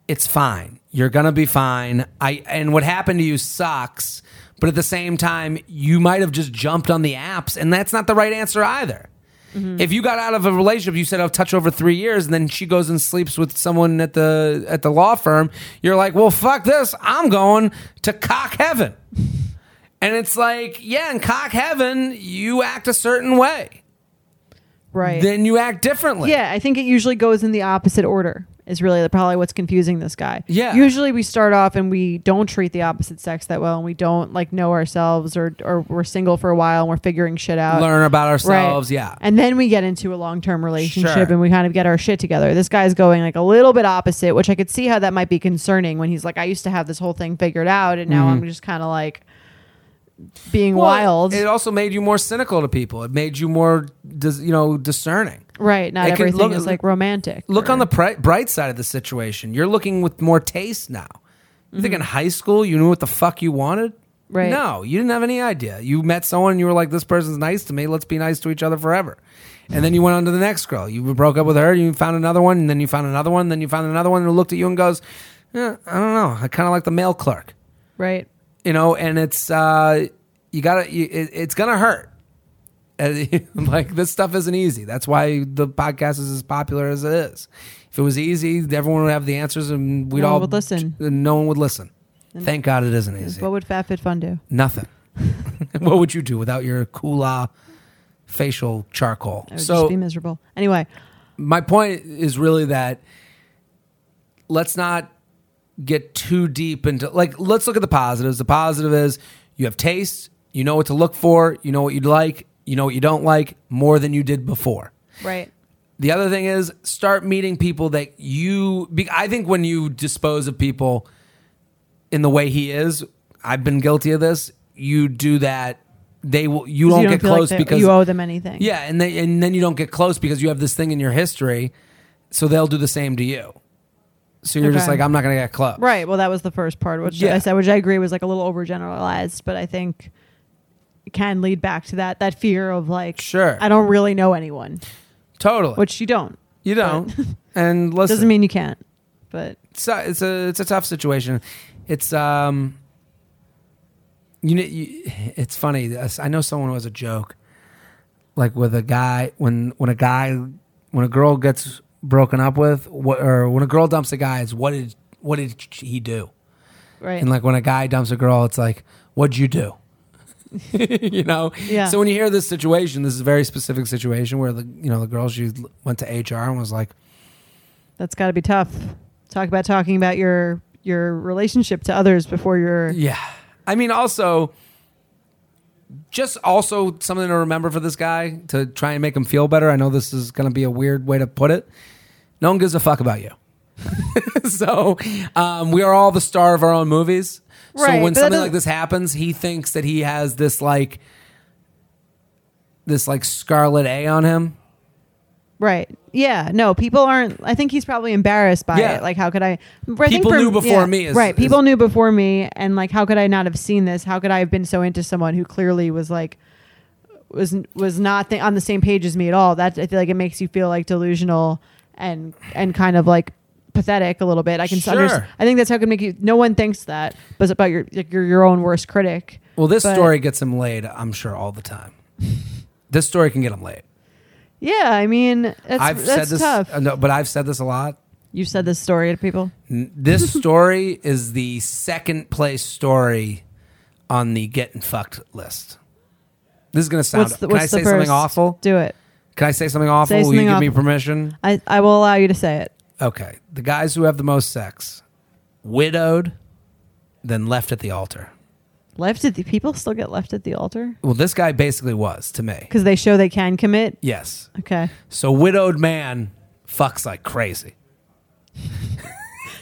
Speaker 2: it's fine. You're gonna be fine. I and what happened to you sucks, but at the same time, you might have just jumped on the apps, and that's not the right answer either.
Speaker 1: Mm-hmm.
Speaker 2: If you got out of a relationship, you said I'll touch over three years, and then she goes and sleeps with someone at the at the law firm. You're like, well, fuck this. I'm going to cock heaven. And it's like, yeah, in cock heaven, you act a certain way.
Speaker 1: right
Speaker 2: Then you act differently.
Speaker 1: yeah i think it usually goes in the opposite order is really the, probably what's confusing this guy
Speaker 2: Yeah.
Speaker 1: usually we start off and we don't treat the opposite sex that well and we don't like know ourselves or or we're single for a while and we're figuring shit out
Speaker 2: Learn about
Speaker 1: Right.
Speaker 2: ourselves. Yeah.
Speaker 1: And then we get into a long term relationship
Speaker 2: Sure.
Speaker 1: and we kind of get our shit together. This guy's going like a little bit opposite, which I could see how that might be concerning when he's like, I used to have this whole thing figured out and now I'm just kind of like being
Speaker 2: Mm-hmm. Well,
Speaker 1: wild.
Speaker 2: It also made you more cynical to people. It made you more, dis, you know, discerning.
Speaker 1: right. Not
Speaker 2: it could
Speaker 1: everything
Speaker 2: look-
Speaker 1: is like romantic.
Speaker 2: Look
Speaker 1: or-
Speaker 2: on the pri- bright side of the situation. You're looking with more taste now. You think in high school you knew what the fuck you wanted?
Speaker 1: Mm-hmm. Right.
Speaker 2: No, you didn't have any idea. You met someone and you were like, this person's nice to me. Let's be nice to each other forever. And then you went on to the next girl. You broke up with her. You found another one. And then you found another one. And then you found another one who looked at you and goes, eh, I don't know. I kind of like the mail clerk
Speaker 1: Right.
Speaker 2: you know, and it's uh, you gotta, you, it, it's gonna hurt. And, like this stuff isn't easy. That's why the podcast is as popular as it is. If it was easy, everyone would have the answers, and we'd
Speaker 1: No one
Speaker 2: all
Speaker 1: would listen.
Speaker 2: and no one would listen. Thank God it isn't easy.
Speaker 1: What would Fat Fit Fun do?
Speaker 2: Nothing. what would you do without your Kula facial charcoal?
Speaker 1: I would
Speaker 2: so
Speaker 1: just be miserable. Anyway,
Speaker 2: my point is really that let's not get too deep into like let's look at the positives the positive is you have taste you know what to look for you know what you'd like you know what you don't like more than you did before
Speaker 1: right.
Speaker 2: the other thing is start meeting people that you. Be, I think when you dispose of people in the way he is, I've been guilty of this. You do that, they will. You don't,
Speaker 1: you don't
Speaker 2: get
Speaker 1: feel like
Speaker 2: close
Speaker 1: that
Speaker 2: because
Speaker 1: you owe them anything.
Speaker 2: Yeah, and they, and then you don't get close because you have this thing in your history, so they'll do the same to you. So you're just
Speaker 1: Okay.
Speaker 2: like, I'm not gonna get close.
Speaker 1: Right. Well, that was the first part, which
Speaker 2: Yeah.
Speaker 1: I said, which I agree was like a little overgeneralized, but I think it can lead back to that that fear of like,
Speaker 2: Sure.
Speaker 1: I don't really know anyone,
Speaker 2: Totally.
Speaker 1: which you don't.
Speaker 2: you don't. and listen,
Speaker 1: Doesn't mean you can't, but
Speaker 2: it's a, it's a it's a tough situation. It's um, you know, you, it's funny. I know someone who has a joke, like with a guy when when a guy when a girl gets broken up with, what, or when a girl dumps a guy, is what did what did he do?
Speaker 1: right.
Speaker 2: And like when a guy dumps a girl, it's like, what'd you do? you know?
Speaker 1: Yeah.
Speaker 2: So when you hear this situation, this is a very specific situation where the you know the girl she went to HR and was like,
Speaker 1: That's got to be tough. Talk about talking about your your relationship to others before you're
Speaker 2: Yeah. I mean, also, just also something to remember for this guy to try and make him feel better. I know this is going to be a weird way to put it. No one gives a fuck about you. so um, we are all the star of our own movies.
Speaker 1: Right,
Speaker 2: so when
Speaker 1: but that
Speaker 2: something
Speaker 1: doesn't-
Speaker 2: like this happens, he thinks that he has this like this like scarlet A on him.
Speaker 1: right. Yeah, no, people aren't. I think he's probably embarrassed by
Speaker 2: Yeah.
Speaker 1: it. Like, how could I? I think
Speaker 2: People knew before me is-
Speaker 1: right?
Speaker 2: is-
Speaker 1: People knew before me, and like, how could I not have seen this? How could I have been so into someone who clearly was like was was not th- on the same page as me at all? That I feel like it makes you feel like delusional and and kind of like pathetic a little bit. I can
Speaker 2: Sure.
Speaker 1: understand. I think that's how it can make you. No one thinks that, but it's about your like, you're your own worst critic.
Speaker 2: Well, this
Speaker 1: But-
Speaker 2: story gets him laid, I'm sure, all the time. this story can get him laid.
Speaker 1: Yeah, I mean, that's,
Speaker 2: I've said
Speaker 1: that's
Speaker 2: this,
Speaker 1: tough.
Speaker 2: uh, no, but I've said this a lot.
Speaker 1: You've said this story to people.
Speaker 2: this story is the second place story on the getting fucked list. This is gonna sound. can I say something awful?
Speaker 1: Do it.
Speaker 2: Can I say something awful?
Speaker 1: Say
Speaker 2: Will you
Speaker 1: something
Speaker 2: give me
Speaker 1: awful.
Speaker 2: permission?
Speaker 1: I, I will allow you to say it.
Speaker 2: Okay. The guys who have the most sex, widowed, then left at the altar.
Speaker 1: Left at the people still get left at the altar
Speaker 2: Well, this guy basically was to me.
Speaker 1: because they show they can commit.
Speaker 2: Yes.
Speaker 1: Okay,
Speaker 2: So widowed man fucks like crazy.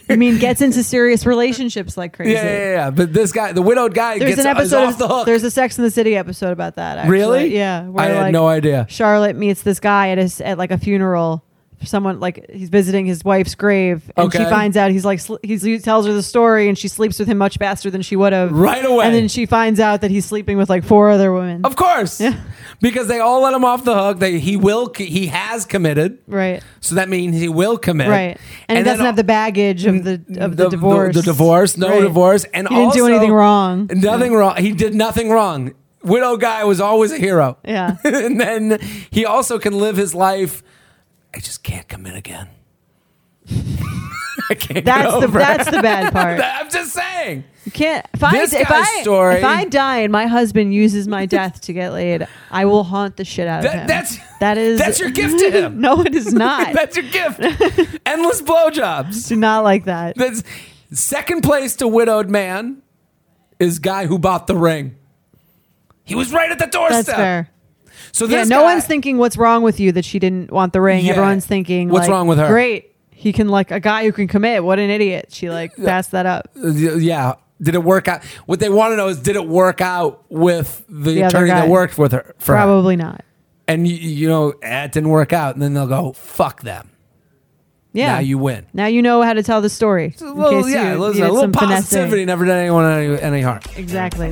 Speaker 1: I mean, gets into serious relationships like crazy.
Speaker 2: Yeah, yeah, yeah. But this guy, the widowed guy,
Speaker 1: There's
Speaker 2: gets
Speaker 1: an
Speaker 2: is
Speaker 1: episode.
Speaker 2: off
Speaker 1: of,
Speaker 2: the hook.
Speaker 1: There's a Sex in the City episode about that. actually.
Speaker 2: really?
Speaker 1: Yeah.
Speaker 2: I had no idea.
Speaker 1: Charlotte meets this guy at a s at like a funeral. Someone like he's visiting his wife's grave, and she
Speaker 2: Okay.
Speaker 1: finds out he's like sl- he's, he tells her the story, and she sleeps with him much faster than she would have
Speaker 2: Right away.
Speaker 1: And then she finds out that he's sleeping with like four other women.
Speaker 2: Of course,
Speaker 1: Yeah.
Speaker 2: because they all let him off the hook. They he will he has committed,
Speaker 1: right,
Speaker 2: so that means he will commit.
Speaker 1: right, and, he doesn't
Speaker 2: then-
Speaker 1: have the baggage of the of the, divorce.
Speaker 2: The, divorce, no
Speaker 1: Right.
Speaker 2: divorce, and
Speaker 1: He didn't do
Speaker 2: also-
Speaker 1: anything wrong.
Speaker 2: Nothing wrong. He did nothing wrong. Widow guy was always a hero.
Speaker 1: Yeah.
Speaker 2: and then he also can live his life. I just can't commit again. I can't. get
Speaker 1: That's the
Speaker 2: over it.
Speaker 1: that's the bad part.
Speaker 2: I'm just saying.
Speaker 1: You can't. If I,
Speaker 2: This
Speaker 1: if,
Speaker 2: guy's
Speaker 1: I
Speaker 2: story-
Speaker 1: if I die and my husband uses my death to get laid, I will haunt the shit out
Speaker 2: That-
Speaker 1: of him.
Speaker 2: that's-
Speaker 1: that is
Speaker 2: that's your gift to him.
Speaker 1: no, it is not.
Speaker 2: That's your gift. Endless blowjobs.
Speaker 1: Do not like that.
Speaker 2: That's second place to widowed man is guy who bought the ring. He was right at the doorstep.
Speaker 1: That's fair.
Speaker 2: So
Speaker 1: Yeah,
Speaker 2: this
Speaker 1: no
Speaker 2: guy-
Speaker 1: one's thinking what's wrong with you that she didn't want the ring.
Speaker 2: Yeah.
Speaker 1: Everyone's thinking
Speaker 2: What's
Speaker 1: like,
Speaker 2: wrong with her?
Speaker 1: Great, he can like a guy who can commit. What an idiot! She like passed that up.
Speaker 2: uh, yeah. Did it work out? What they want to know is did it work out with the,
Speaker 1: other
Speaker 2: attorney that
Speaker 1: guy.
Speaker 2: worked with her? For her?
Speaker 1: Probably not.
Speaker 2: And you, you know, eh, it didn't work out. And then they'll go, fuck them.
Speaker 1: Yeah.
Speaker 2: Now you win.
Speaker 1: Now you know how to tell the story.
Speaker 2: A
Speaker 1: in
Speaker 2: little,
Speaker 1: case
Speaker 2: yeah,
Speaker 1: you
Speaker 2: listen,
Speaker 1: needed
Speaker 2: a little
Speaker 1: some finessing.
Speaker 2: positivity never did anyone any, any harm.
Speaker 1: Exactly.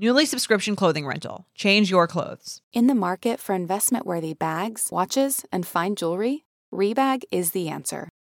Speaker 3: Newly subscription clothing rental. Change your clothes.
Speaker 5: In the market for investment worthy bags, watches, and fine jewelry, Rebag is the answer.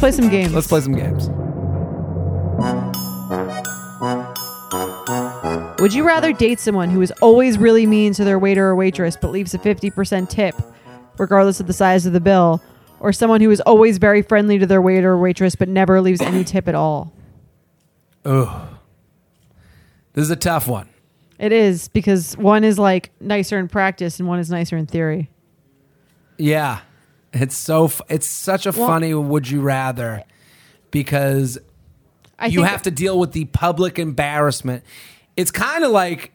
Speaker 1: play some games.
Speaker 2: Let's play some games.
Speaker 1: Would you rather date someone who is always really mean to their waiter or waitress but leaves a 50% tip, regardless of the size of the bill, or someone who is always very friendly to their waiter or waitress but never leaves any tip at all?
Speaker 2: Oh, this is a tough one.
Speaker 1: It is because one is like nicer in practice and one is nicer in theory.
Speaker 2: Yeah, it's so f- it's such a funny would you rather because
Speaker 1: I
Speaker 2: you
Speaker 1: think
Speaker 2: have to deal with the public embarrassment. It's kind of like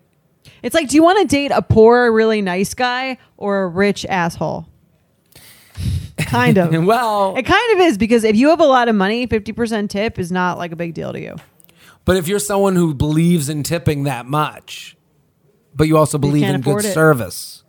Speaker 1: It's like, do you want to date a poor, really nice guy or a rich asshole? Kind of.
Speaker 2: well,
Speaker 1: it kind of is because if you have a lot of money, 50% tip is not like a big deal to you.
Speaker 2: but if you're someone who believes in tipping that much, but you also believe
Speaker 1: can't
Speaker 2: in good
Speaker 1: afford it.
Speaker 2: service,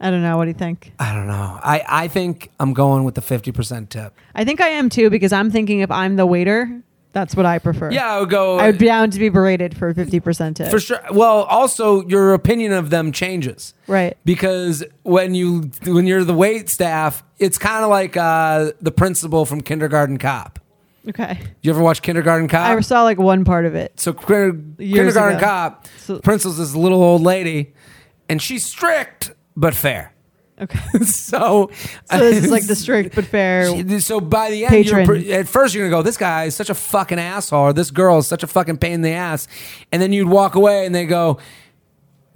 Speaker 1: I don't know. What do you think?
Speaker 2: I don't know. I I think I'm going with the fifty percent tip.
Speaker 1: I think I am too because I'm thinking if I'm the waiter, that's what I prefer.
Speaker 2: Yeah, I would go
Speaker 1: I would be down to be berated for a 50% tip.
Speaker 2: for sure. Well, also your opinion of them changes,
Speaker 1: Right.
Speaker 2: Because when you when you're the wait staff, it's kind of like uh, the principal from Kindergarten Cop.
Speaker 1: Okay.
Speaker 2: You ever watch Kindergarten Cop?
Speaker 1: I saw like one part of it.
Speaker 2: So Kinder-
Speaker 1: Years
Speaker 2: kindergarten
Speaker 1: ago.
Speaker 2: cop,
Speaker 1: So-
Speaker 2: principal's this little old lady, and she's strict, but fair.
Speaker 1: Okay.
Speaker 2: So,
Speaker 1: So this is like the strict but fair.
Speaker 2: So by the end, you're
Speaker 1: Patron.
Speaker 2: pre- at first you're gonna go, this guy is such a fucking asshole, or this girl is such a fucking pain in the ass, and then you'd walk away and they go,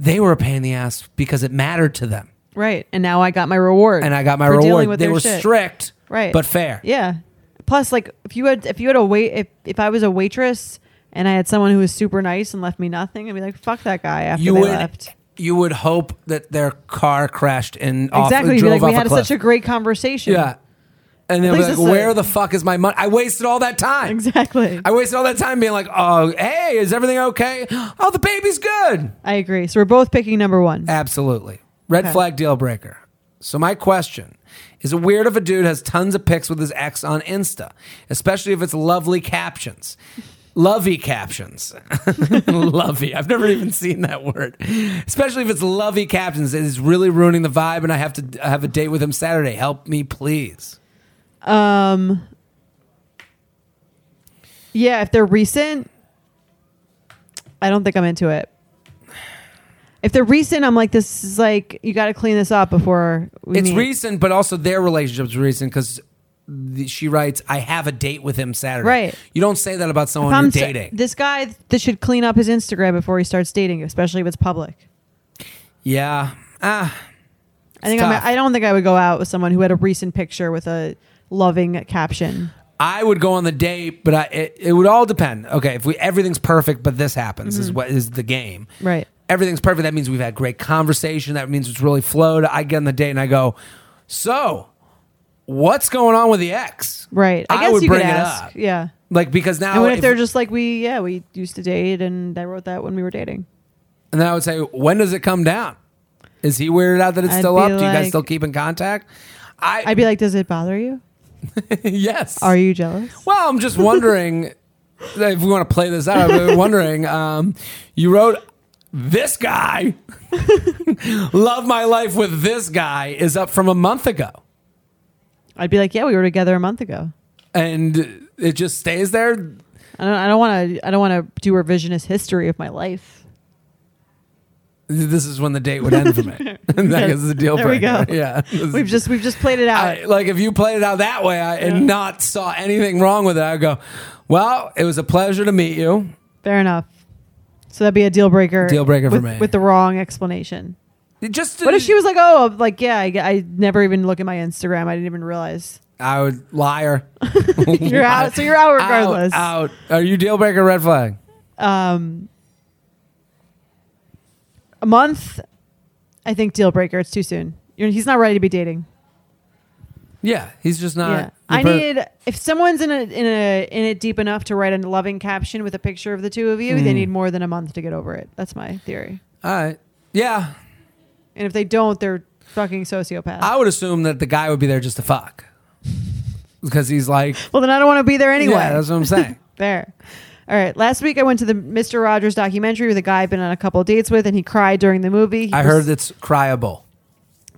Speaker 2: they were a pain in the ass because it mattered to them,
Speaker 1: Right. And now I got my reward.
Speaker 2: and I got my
Speaker 1: for dealing
Speaker 2: reward.
Speaker 1: with
Speaker 2: They
Speaker 1: their
Speaker 2: were
Speaker 1: shit.
Speaker 2: strict,
Speaker 1: Right.
Speaker 2: but fair.
Speaker 1: Yeah. Plus, like if you had if you had a wait if, if I was a waitress and I had someone who was super nice and left me nothing, I'd be like, fuck that guy after
Speaker 2: you
Speaker 1: they
Speaker 2: would
Speaker 1: left.
Speaker 2: you would hope that their car crashed and off,
Speaker 1: exactly. You'd be
Speaker 2: drove
Speaker 1: like,
Speaker 2: off
Speaker 1: we had
Speaker 2: a cliff.
Speaker 1: such a great conversation.
Speaker 2: yeah, and they'll
Speaker 1: At
Speaker 2: be
Speaker 1: least
Speaker 2: like,
Speaker 1: it's a-
Speaker 2: where the fuck is my money? I wasted all that time.
Speaker 1: Exactly.
Speaker 2: I wasted all that time being like, oh, hey, is everything okay? Oh, the baby's good.
Speaker 1: I agree. So we're both picking number one.
Speaker 2: Absolutely. Red flag deal breaker. So my question is it weird if a dude has tons of pics with his ex on Insta, especially if it's lovely captions? Lovey captions. lovey. I've never even seen that word. Especially if it's lovey captions. It is really ruining the vibe and I have to I have a date with him Saturday. Help me please.
Speaker 1: Um. Yeah, if they're recent, I don't think I'm into it. If they're recent, I'm like, this is like you got to clean this up before we
Speaker 2: it's
Speaker 1: meet.
Speaker 2: recent, but also their relationship's recent because she writes, I have a date with him Saturday.
Speaker 1: Right.
Speaker 2: You don't say that about someone
Speaker 1: If I'm
Speaker 2: you're
Speaker 1: s-
Speaker 2: dating.
Speaker 1: This guy th- this should clean up his Instagram before he starts dating, especially if it's public.
Speaker 2: yeah. Ah.
Speaker 1: I think
Speaker 2: It's
Speaker 1: I'm,
Speaker 2: tough.
Speaker 1: I don't think I would go out with someone who had a recent picture with a loving caption.
Speaker 2: I would go on the date, but I, it, it would all depend. Okay, if we everything's perfect, but this happens is what is the game.
Speaker 1: Mm-hmm. Right.
Speaker 2: Everything's perfect. That means we've had great conversation. That means it's really flowed. I get on the date and I go, so what's going on with the ex?
Speaker 1: Right. I,
Speaker 2: I
Speaker 1: guess
Speaker 2: would
Speaker 1: you could
Speaker 2: bring it
Speaker 1: ask.
Speaker 2: up.
Speaker 1: Yeah.
Speaker 2: Like because now
Speaker 1: And what if
Speaker 2: if-
Speaker 1: they're just like we yeah, we used to date and I wrote that when we were dating.
Speaker 2: and then I would say, when does it come down? Is he weirded out that it's
Speaker 1: I'd
Speaker 2: still
Speaker 1: be
Speaker 2: up? Do you guys
Speaker 1: like-
Speaker 2: still keep in contact? I
Speaker 1: I'd be like, does it bother you?
Speaker 2: yes.
Speaker 1: Are you jealous?
Speaker 2: Well, I'm just wondering if we want to play this out. I'm wondering. Um, you wrote this guy, love my life with this guy is up from a month ago,
Speaker 1: I'd be like, yeah, we were together a month ago.
Speaker 2: and it just stays there.
Speaker 1: I don't I don't want to I don't want to do revisionist history of my life.
Speaker 2: This is when the date would end for me. and that is the deal
Speaker 1: There we
Speaker 2: breaker.
Speaker 1: go.
Speaker 2: Yeah,
Speaker 1: We've just we've just played it out.
Speaker 2: I, like if you played it out that way I, and not saw anything wrong with it, I'd go, "Well, it was a pleasure to meet you."
Speaker 1: Fair enough. So that'd be a deal breaker.
Speaker 2: Deal breaker for
Speaker 1: with,
Speaker 2: me.
Speaker 1: with the wrong explanation.
Speaker 2: It just
Speaker 1: What if she was like, "Oh, like yeah, I, I never even look at my Instagram. I didn't even realize
Speaker 2: I would liar.
Speaker 1: you're out. So you're out regardless."
Speaker 2: Out, out. Are you deal breaker red flag?
Speaker 1: Um, a month, I think deal breaker. It's too soon. You're, he's not ready to be dating.
Speaker 2: Yeah, he's just not.
Speaker 1: yeah,
Speaker 2: the
Speaker 1: I
Speaker 2: per-
Speaker 1: need if someone's in a in a in it deep enough to write a loving caption with a picture of the two of you,
Speaker 2: Mm.
Speaker 1: they need more than a month to get over it. That's my theory.
Speaker 2: All right. Yeah,
Speaker 1: And if they don't, they're fucking sociopaths.
Speaker 2: I would assume that the guy would be there just to fuck, because he's like.
Speaker 1: well, then I don't want to be there anyway.
Speaker 2: Yeah, that's what I'm saying.
Speaker 1: There. All right. Last week I went to the Mr. Rogers documentary with a guy I've been on a couple of dates with, and he cried during the movie. He
Speaker 2: I
Speaker 1: pers-
Speaker 2: heard it's cryable.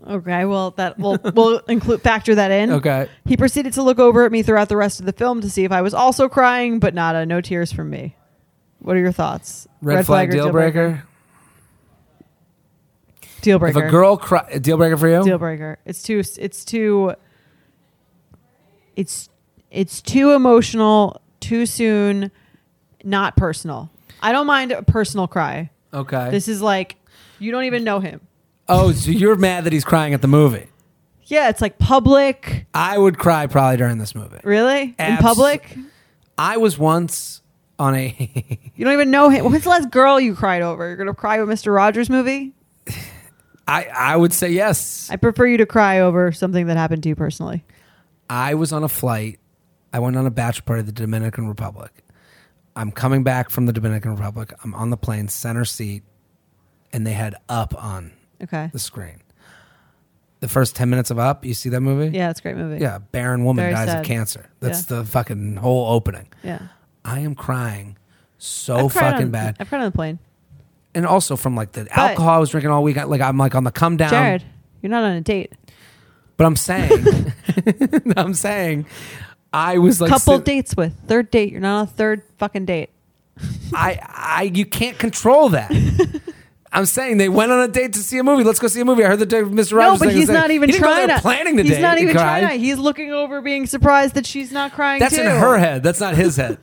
Speaker 1: Okay. Well, that will will include factor that in.
Speaker 2: Okay.
Speaker 1: He proceeded to look over at me throughout the rest of the film to see if I was also crying, but nada, no tears from me. What are your thoughts?
Speaker 2: Red, flag, deal, breaker.
Speaker 1: Deal
Speaker 2: If
Speaker 1: breaker.
Speaker 2: a girl cry, deal breaker for you.
Speaker 1: Deal breaker. It's too. It's too. It's it's too emotional, too soon, not personal. I don't mind a personal cry.
Speaker 2: okay.
Speaker 1: This is like you don't even know him.
Speaker 2: oh, so you're mad that he's crying at the movie?
Speaker 1: Yeah, it's like public.
Speaker 2: I would cry probably during this movie.
Speaker 1: Really? In
Speaker 2: Abs-
Speaker 1: public?
Speaker 2: I was once on a.
Speaker 1: You don't even know him. When's the last girl you cried over? You're gonna cry with Mr. Rogers movie?
Speaker 2: I I would say yes.
Speaker 1: I prefer you to cry over something that happened to you personally.
Speaker 2: I was on a flight. I went on a bachelor party to the Dominican Republic. I'm coming back from the Dominican Republic. I'm on the plane, center seat, and they had Up on
Speaker 1: Okay.
Speaker 2: the screen. The first 10 minutes of Up, you see that movie?
Speaker 1: Yeah, it's a great movie.
Speaker 2: Yeah, a barren woman
Speaker 1: Very
Speaker 2: dies
Speaker 1: sad.
Speaker 2: of cancer. That's
Speaker 1: Yeah.
Speaker 2: the fucking whole opening.
Speaker 1: Yeah.
Speaker 2: I am crying so
Speaker 1: I've cried
Speaker 2: fucking
Speaker 1: on-
Speaker 2: bad.
Speaker 1: I've cried on the plane.
Speaker 2: And also from like the alcohol I was drinking all week, I- like I'm like on the come down.
Speaker 1: Jared, you're not on a date.
Speaker 2: But I'm saying, I'm saying, I was like
Speaker 1: Couple
Speaker 2: sit-
Speaker 1: dates with. Third date. You're not on a third fucking date.
Speaker 2: I, I, you can't control that. I'm saying they went on a date to see a movie. Let's go see a movie. I heard the day Mr.
Speaker 1: No,
Speaker 2: Rogers.
Speaker 1: but
Speaker 2: thing
Speaker 1: he's
Speaker 2: was
Speaker 1: not
Speaker 2: saying-
Speaker 1: even
Speaker 2: he didn't go
Speaker 1: trying
Speaker 2: there
Speaker 1: to.
Speaker 2: planning the
Speaker 1: he's
Speaker 2: date.
Speaker 1: not
Speaker 2: He
Speaker 1: even
Speaker 2: cried.
Speaker 1: trying to. He's looking over, being surprised that she's not crying.
Speaker 2: That's
Speaker 1: too.
Speaker 2: in her head. That's not his head.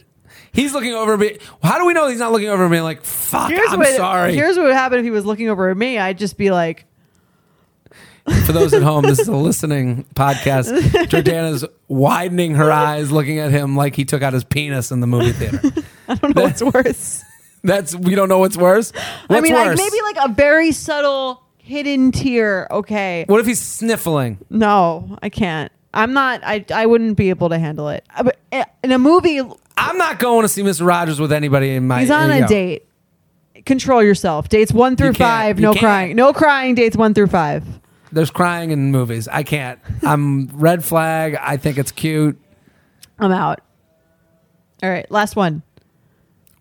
Speaker 2: He's looking over me. How do we know he's not looking over me? Like, fuck,
Speaker 1: Here's
Speaker 2: I'm
Speaker 1: what,
Speaker 2: sorry.
Speaker 1: Here's what would happen if he was looking over at me. I'd just be like,
Speaker 2: For those at home, this is a listening podcast. Jordana's widening her eyes, looking at him like he took out his penis in the movie theater.
Speaker 1: I don't know what's worse.
Speaker 2: That's we don't know what's worse. What's
Speaker 1: I mean,
Speaker 2: worse?
Speaker 1: Like, maybe like a very subtle hidden tear. Okay.
Speaker 2: what if he's sniffling?
Speaker 1: No, I can't. I'm not. I I wouldn't be able to handle it. Uh, But uh, in a movie,
Speaker 2: I'm not going to see Mr. Rogers with anybody in my.
Speaker 1: he's on
Speaker 2: you
Speaker 1: a
Speaker 2: know.
Speaker 1: date. Control yourself. Dates one through
Speaker 2: can't.
Speaker 1: five.
Speaker 2: You
Speaker 1: No
Speaker 2: can't.
Speaker 1: crying. No crying. Dates one through five.
Speaker 2: There's crying in movies. I can't. I'm red flag. I think it's cute.
Speaker 1: I'm out. All right, last one.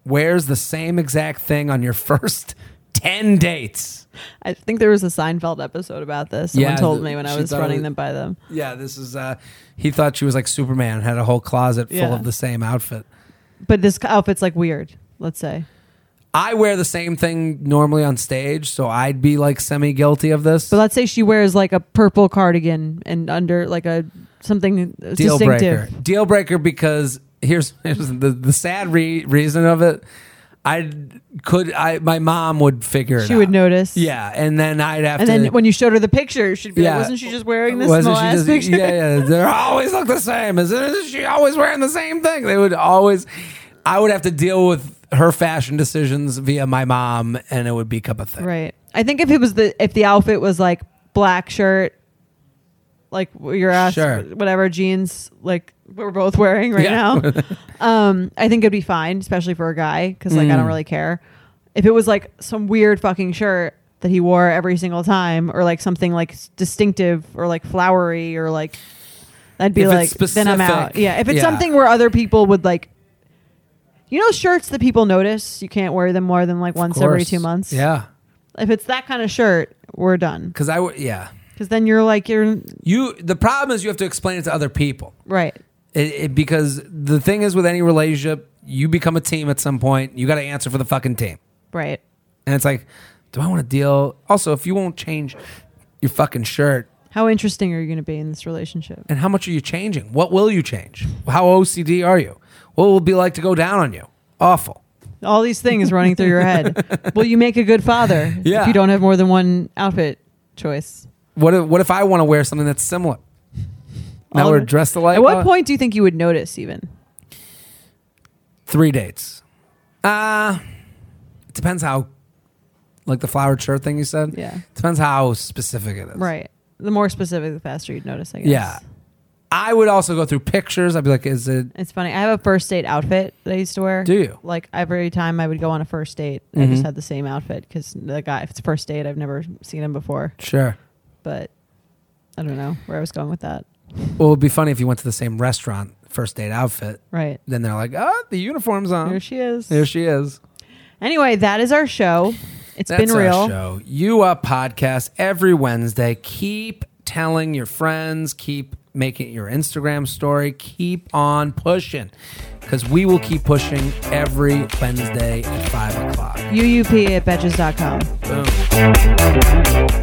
Speaker 2: Wears the same exact thing on your first ten dates.
Speaker 1: I think there was a Seinfeld episode about this. Someone
Speaker 2: Yeah,
Speaker 1: told
Speaker 2: the-
Speaker 1: me when I
Speaker 2: she
Speaker 1: was
Speaker 2: thought it
Speaker 1: running
Speaker 2: was-
Speaker 1: them by them.
Speaker 2: Yeah, this is. uh He thought she was like Superman, had a whole closet full
Speaker 1: Yeah.
Speaker 2: of the same outfit.
Speaker 1: But this outfit's like weird. Let's say.
Speaker 2: I wear the same thing normally on stage, so I'd be like semi guilty of this.
Speaker 1: But let's say she wears like a purple cardigan and under like a something
Speaker 2: Deal
Speaker 1: distinctive.
Speaker 2: breaker. Deal breaker because here's, here's the the sad re- reason of it. I could I my mom would figure it
Speaker 1: She would
Speaker 2: out.
Speaker 1: notice.
Speaker 2: Yeah, and then I'd have
Speaker 1: And
Speaker 2: to.
Speaker 1: then when you showed her the picture, she'd be
Speaker 2: yeah, Uh,
Speaker 1: like, "Wasn't she just wearing this
Speaker 2: Wasn't
Speaker 1: in the
Speaker 2: she
Speaker 1: last
Speaker 2: just-
Speaker 1: picture?"
Speaker 2: Yeah, yeah. They always look the same. Is, it, is she always wearing the same thing? They would always. I would have to deal with her fashion decisions via my mom, and it would become a thing.
Speaker 1: Right. I think if it was the if the outfit was like black shirt, like your ass,
Speaker 2: Sure.
Speaker 1: whatever jeans, like we're both wearing right
Speaker 2: Yeah.
Speaker 1: now, um, I think it'd be fine, especially for a guy, because like
Speaker 2: Mm.
Speaker 1: I don't really care. If it was like some weird fucking shirt that he wore every single time, or like something like s- distinctive, or like flowery, or like that'd be
Speaker 2: If
Speaker 1: like
Speaker 2: it's
Speaker 1: then I'm out.
Speaker 2: specific,
Speaker 1: Yeah. If it's
Speaker 2: yeah.
Speaker 1: something where other people would like. You know, shirts that people notice, you can't wear them more than like once
Speaker 2: Of
Speaker 1: every
Speaker 2: course.
Speaker 1: two months
Speaker 2: Yeah,
Speaker 1: if it's that kind of shirt, we're done.
Speaker 2: because I would. Yeah,
Speaker 1: Because then you're like, you're
Speaker 2: you. The problem is you have to explain it to other people.
Speaker 1: right.
Speaker 2: It, it, because the thing is, with any relationship, you become a team at some point. You got to answer for the fucking team.
Speaker 1: Right.
Speaker 2: And it's like, do I want to deal? Also, if you won't change your fucking shirt,
Speaker 1: How interesting are you going to be in this relationship?
Speaker 2: and how much are you changing? What will you change? How OCD are you? What will it be like to go down on you? Awful.
Speaker 1: All these things running through your head. Will you make a good father
Speaker 2: Yeah.
Speaker 1: if you don't have more than one outfit choice?
Speaker 2: What if, what if I want to wear something that's similar? Now
Speaker 1: All
Speaker 2: we're
Speaker 1: of it.
Speaker 2: dressed alike.
Speaker 1: At what
Speaker 2: Uh,
Speaker 1: point do you think you would notice even?
Speaker 2: Three dates. Uh it depends how, like the flowered shirt thing you said.
Speaker 1: Yeah.
Speaker 2: Depends how specific it is.
Speaker 1: Right. The more specific, the faster you'd notice, I guess.
Speaker 2: Yeah. I would also go through pictures. I'd be like, is it?
Speaker 1: It's funny. I have a first date outfit that I used to wear.
Speaker 2: Do you? Mm-hmm.
Speaker 1: Like every time I would go on a first date, I just had the same outfit because the guy, if it's a first date, I've never seen him before.
Speaker 2: Sure.
Speaker 1: But I don't know where I was going with that.
Speaker 2: Well, it'd be funny if you went to the same restaurant, first date outfit.
Speaker 1: Right.
Speaker 2: Then they're like, oh, the uniform's on.
Speaker 1: There she is.
Speaker 2: There she is.
Speaker 1: Anyway, that is our show. It's
Speaker 2: That's
Speaker 1: been real.
Speaker 2: Our show. You Up podcast every Wednesday. Keep telling your friends. Keep making it your Instagram story. Keep on pushing because we will keep pushing every Wednesday at five o'clock.
Speaker 1: UUP at betches.com.
Speaker 2: Boom.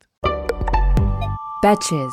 Speaker 6: Betches.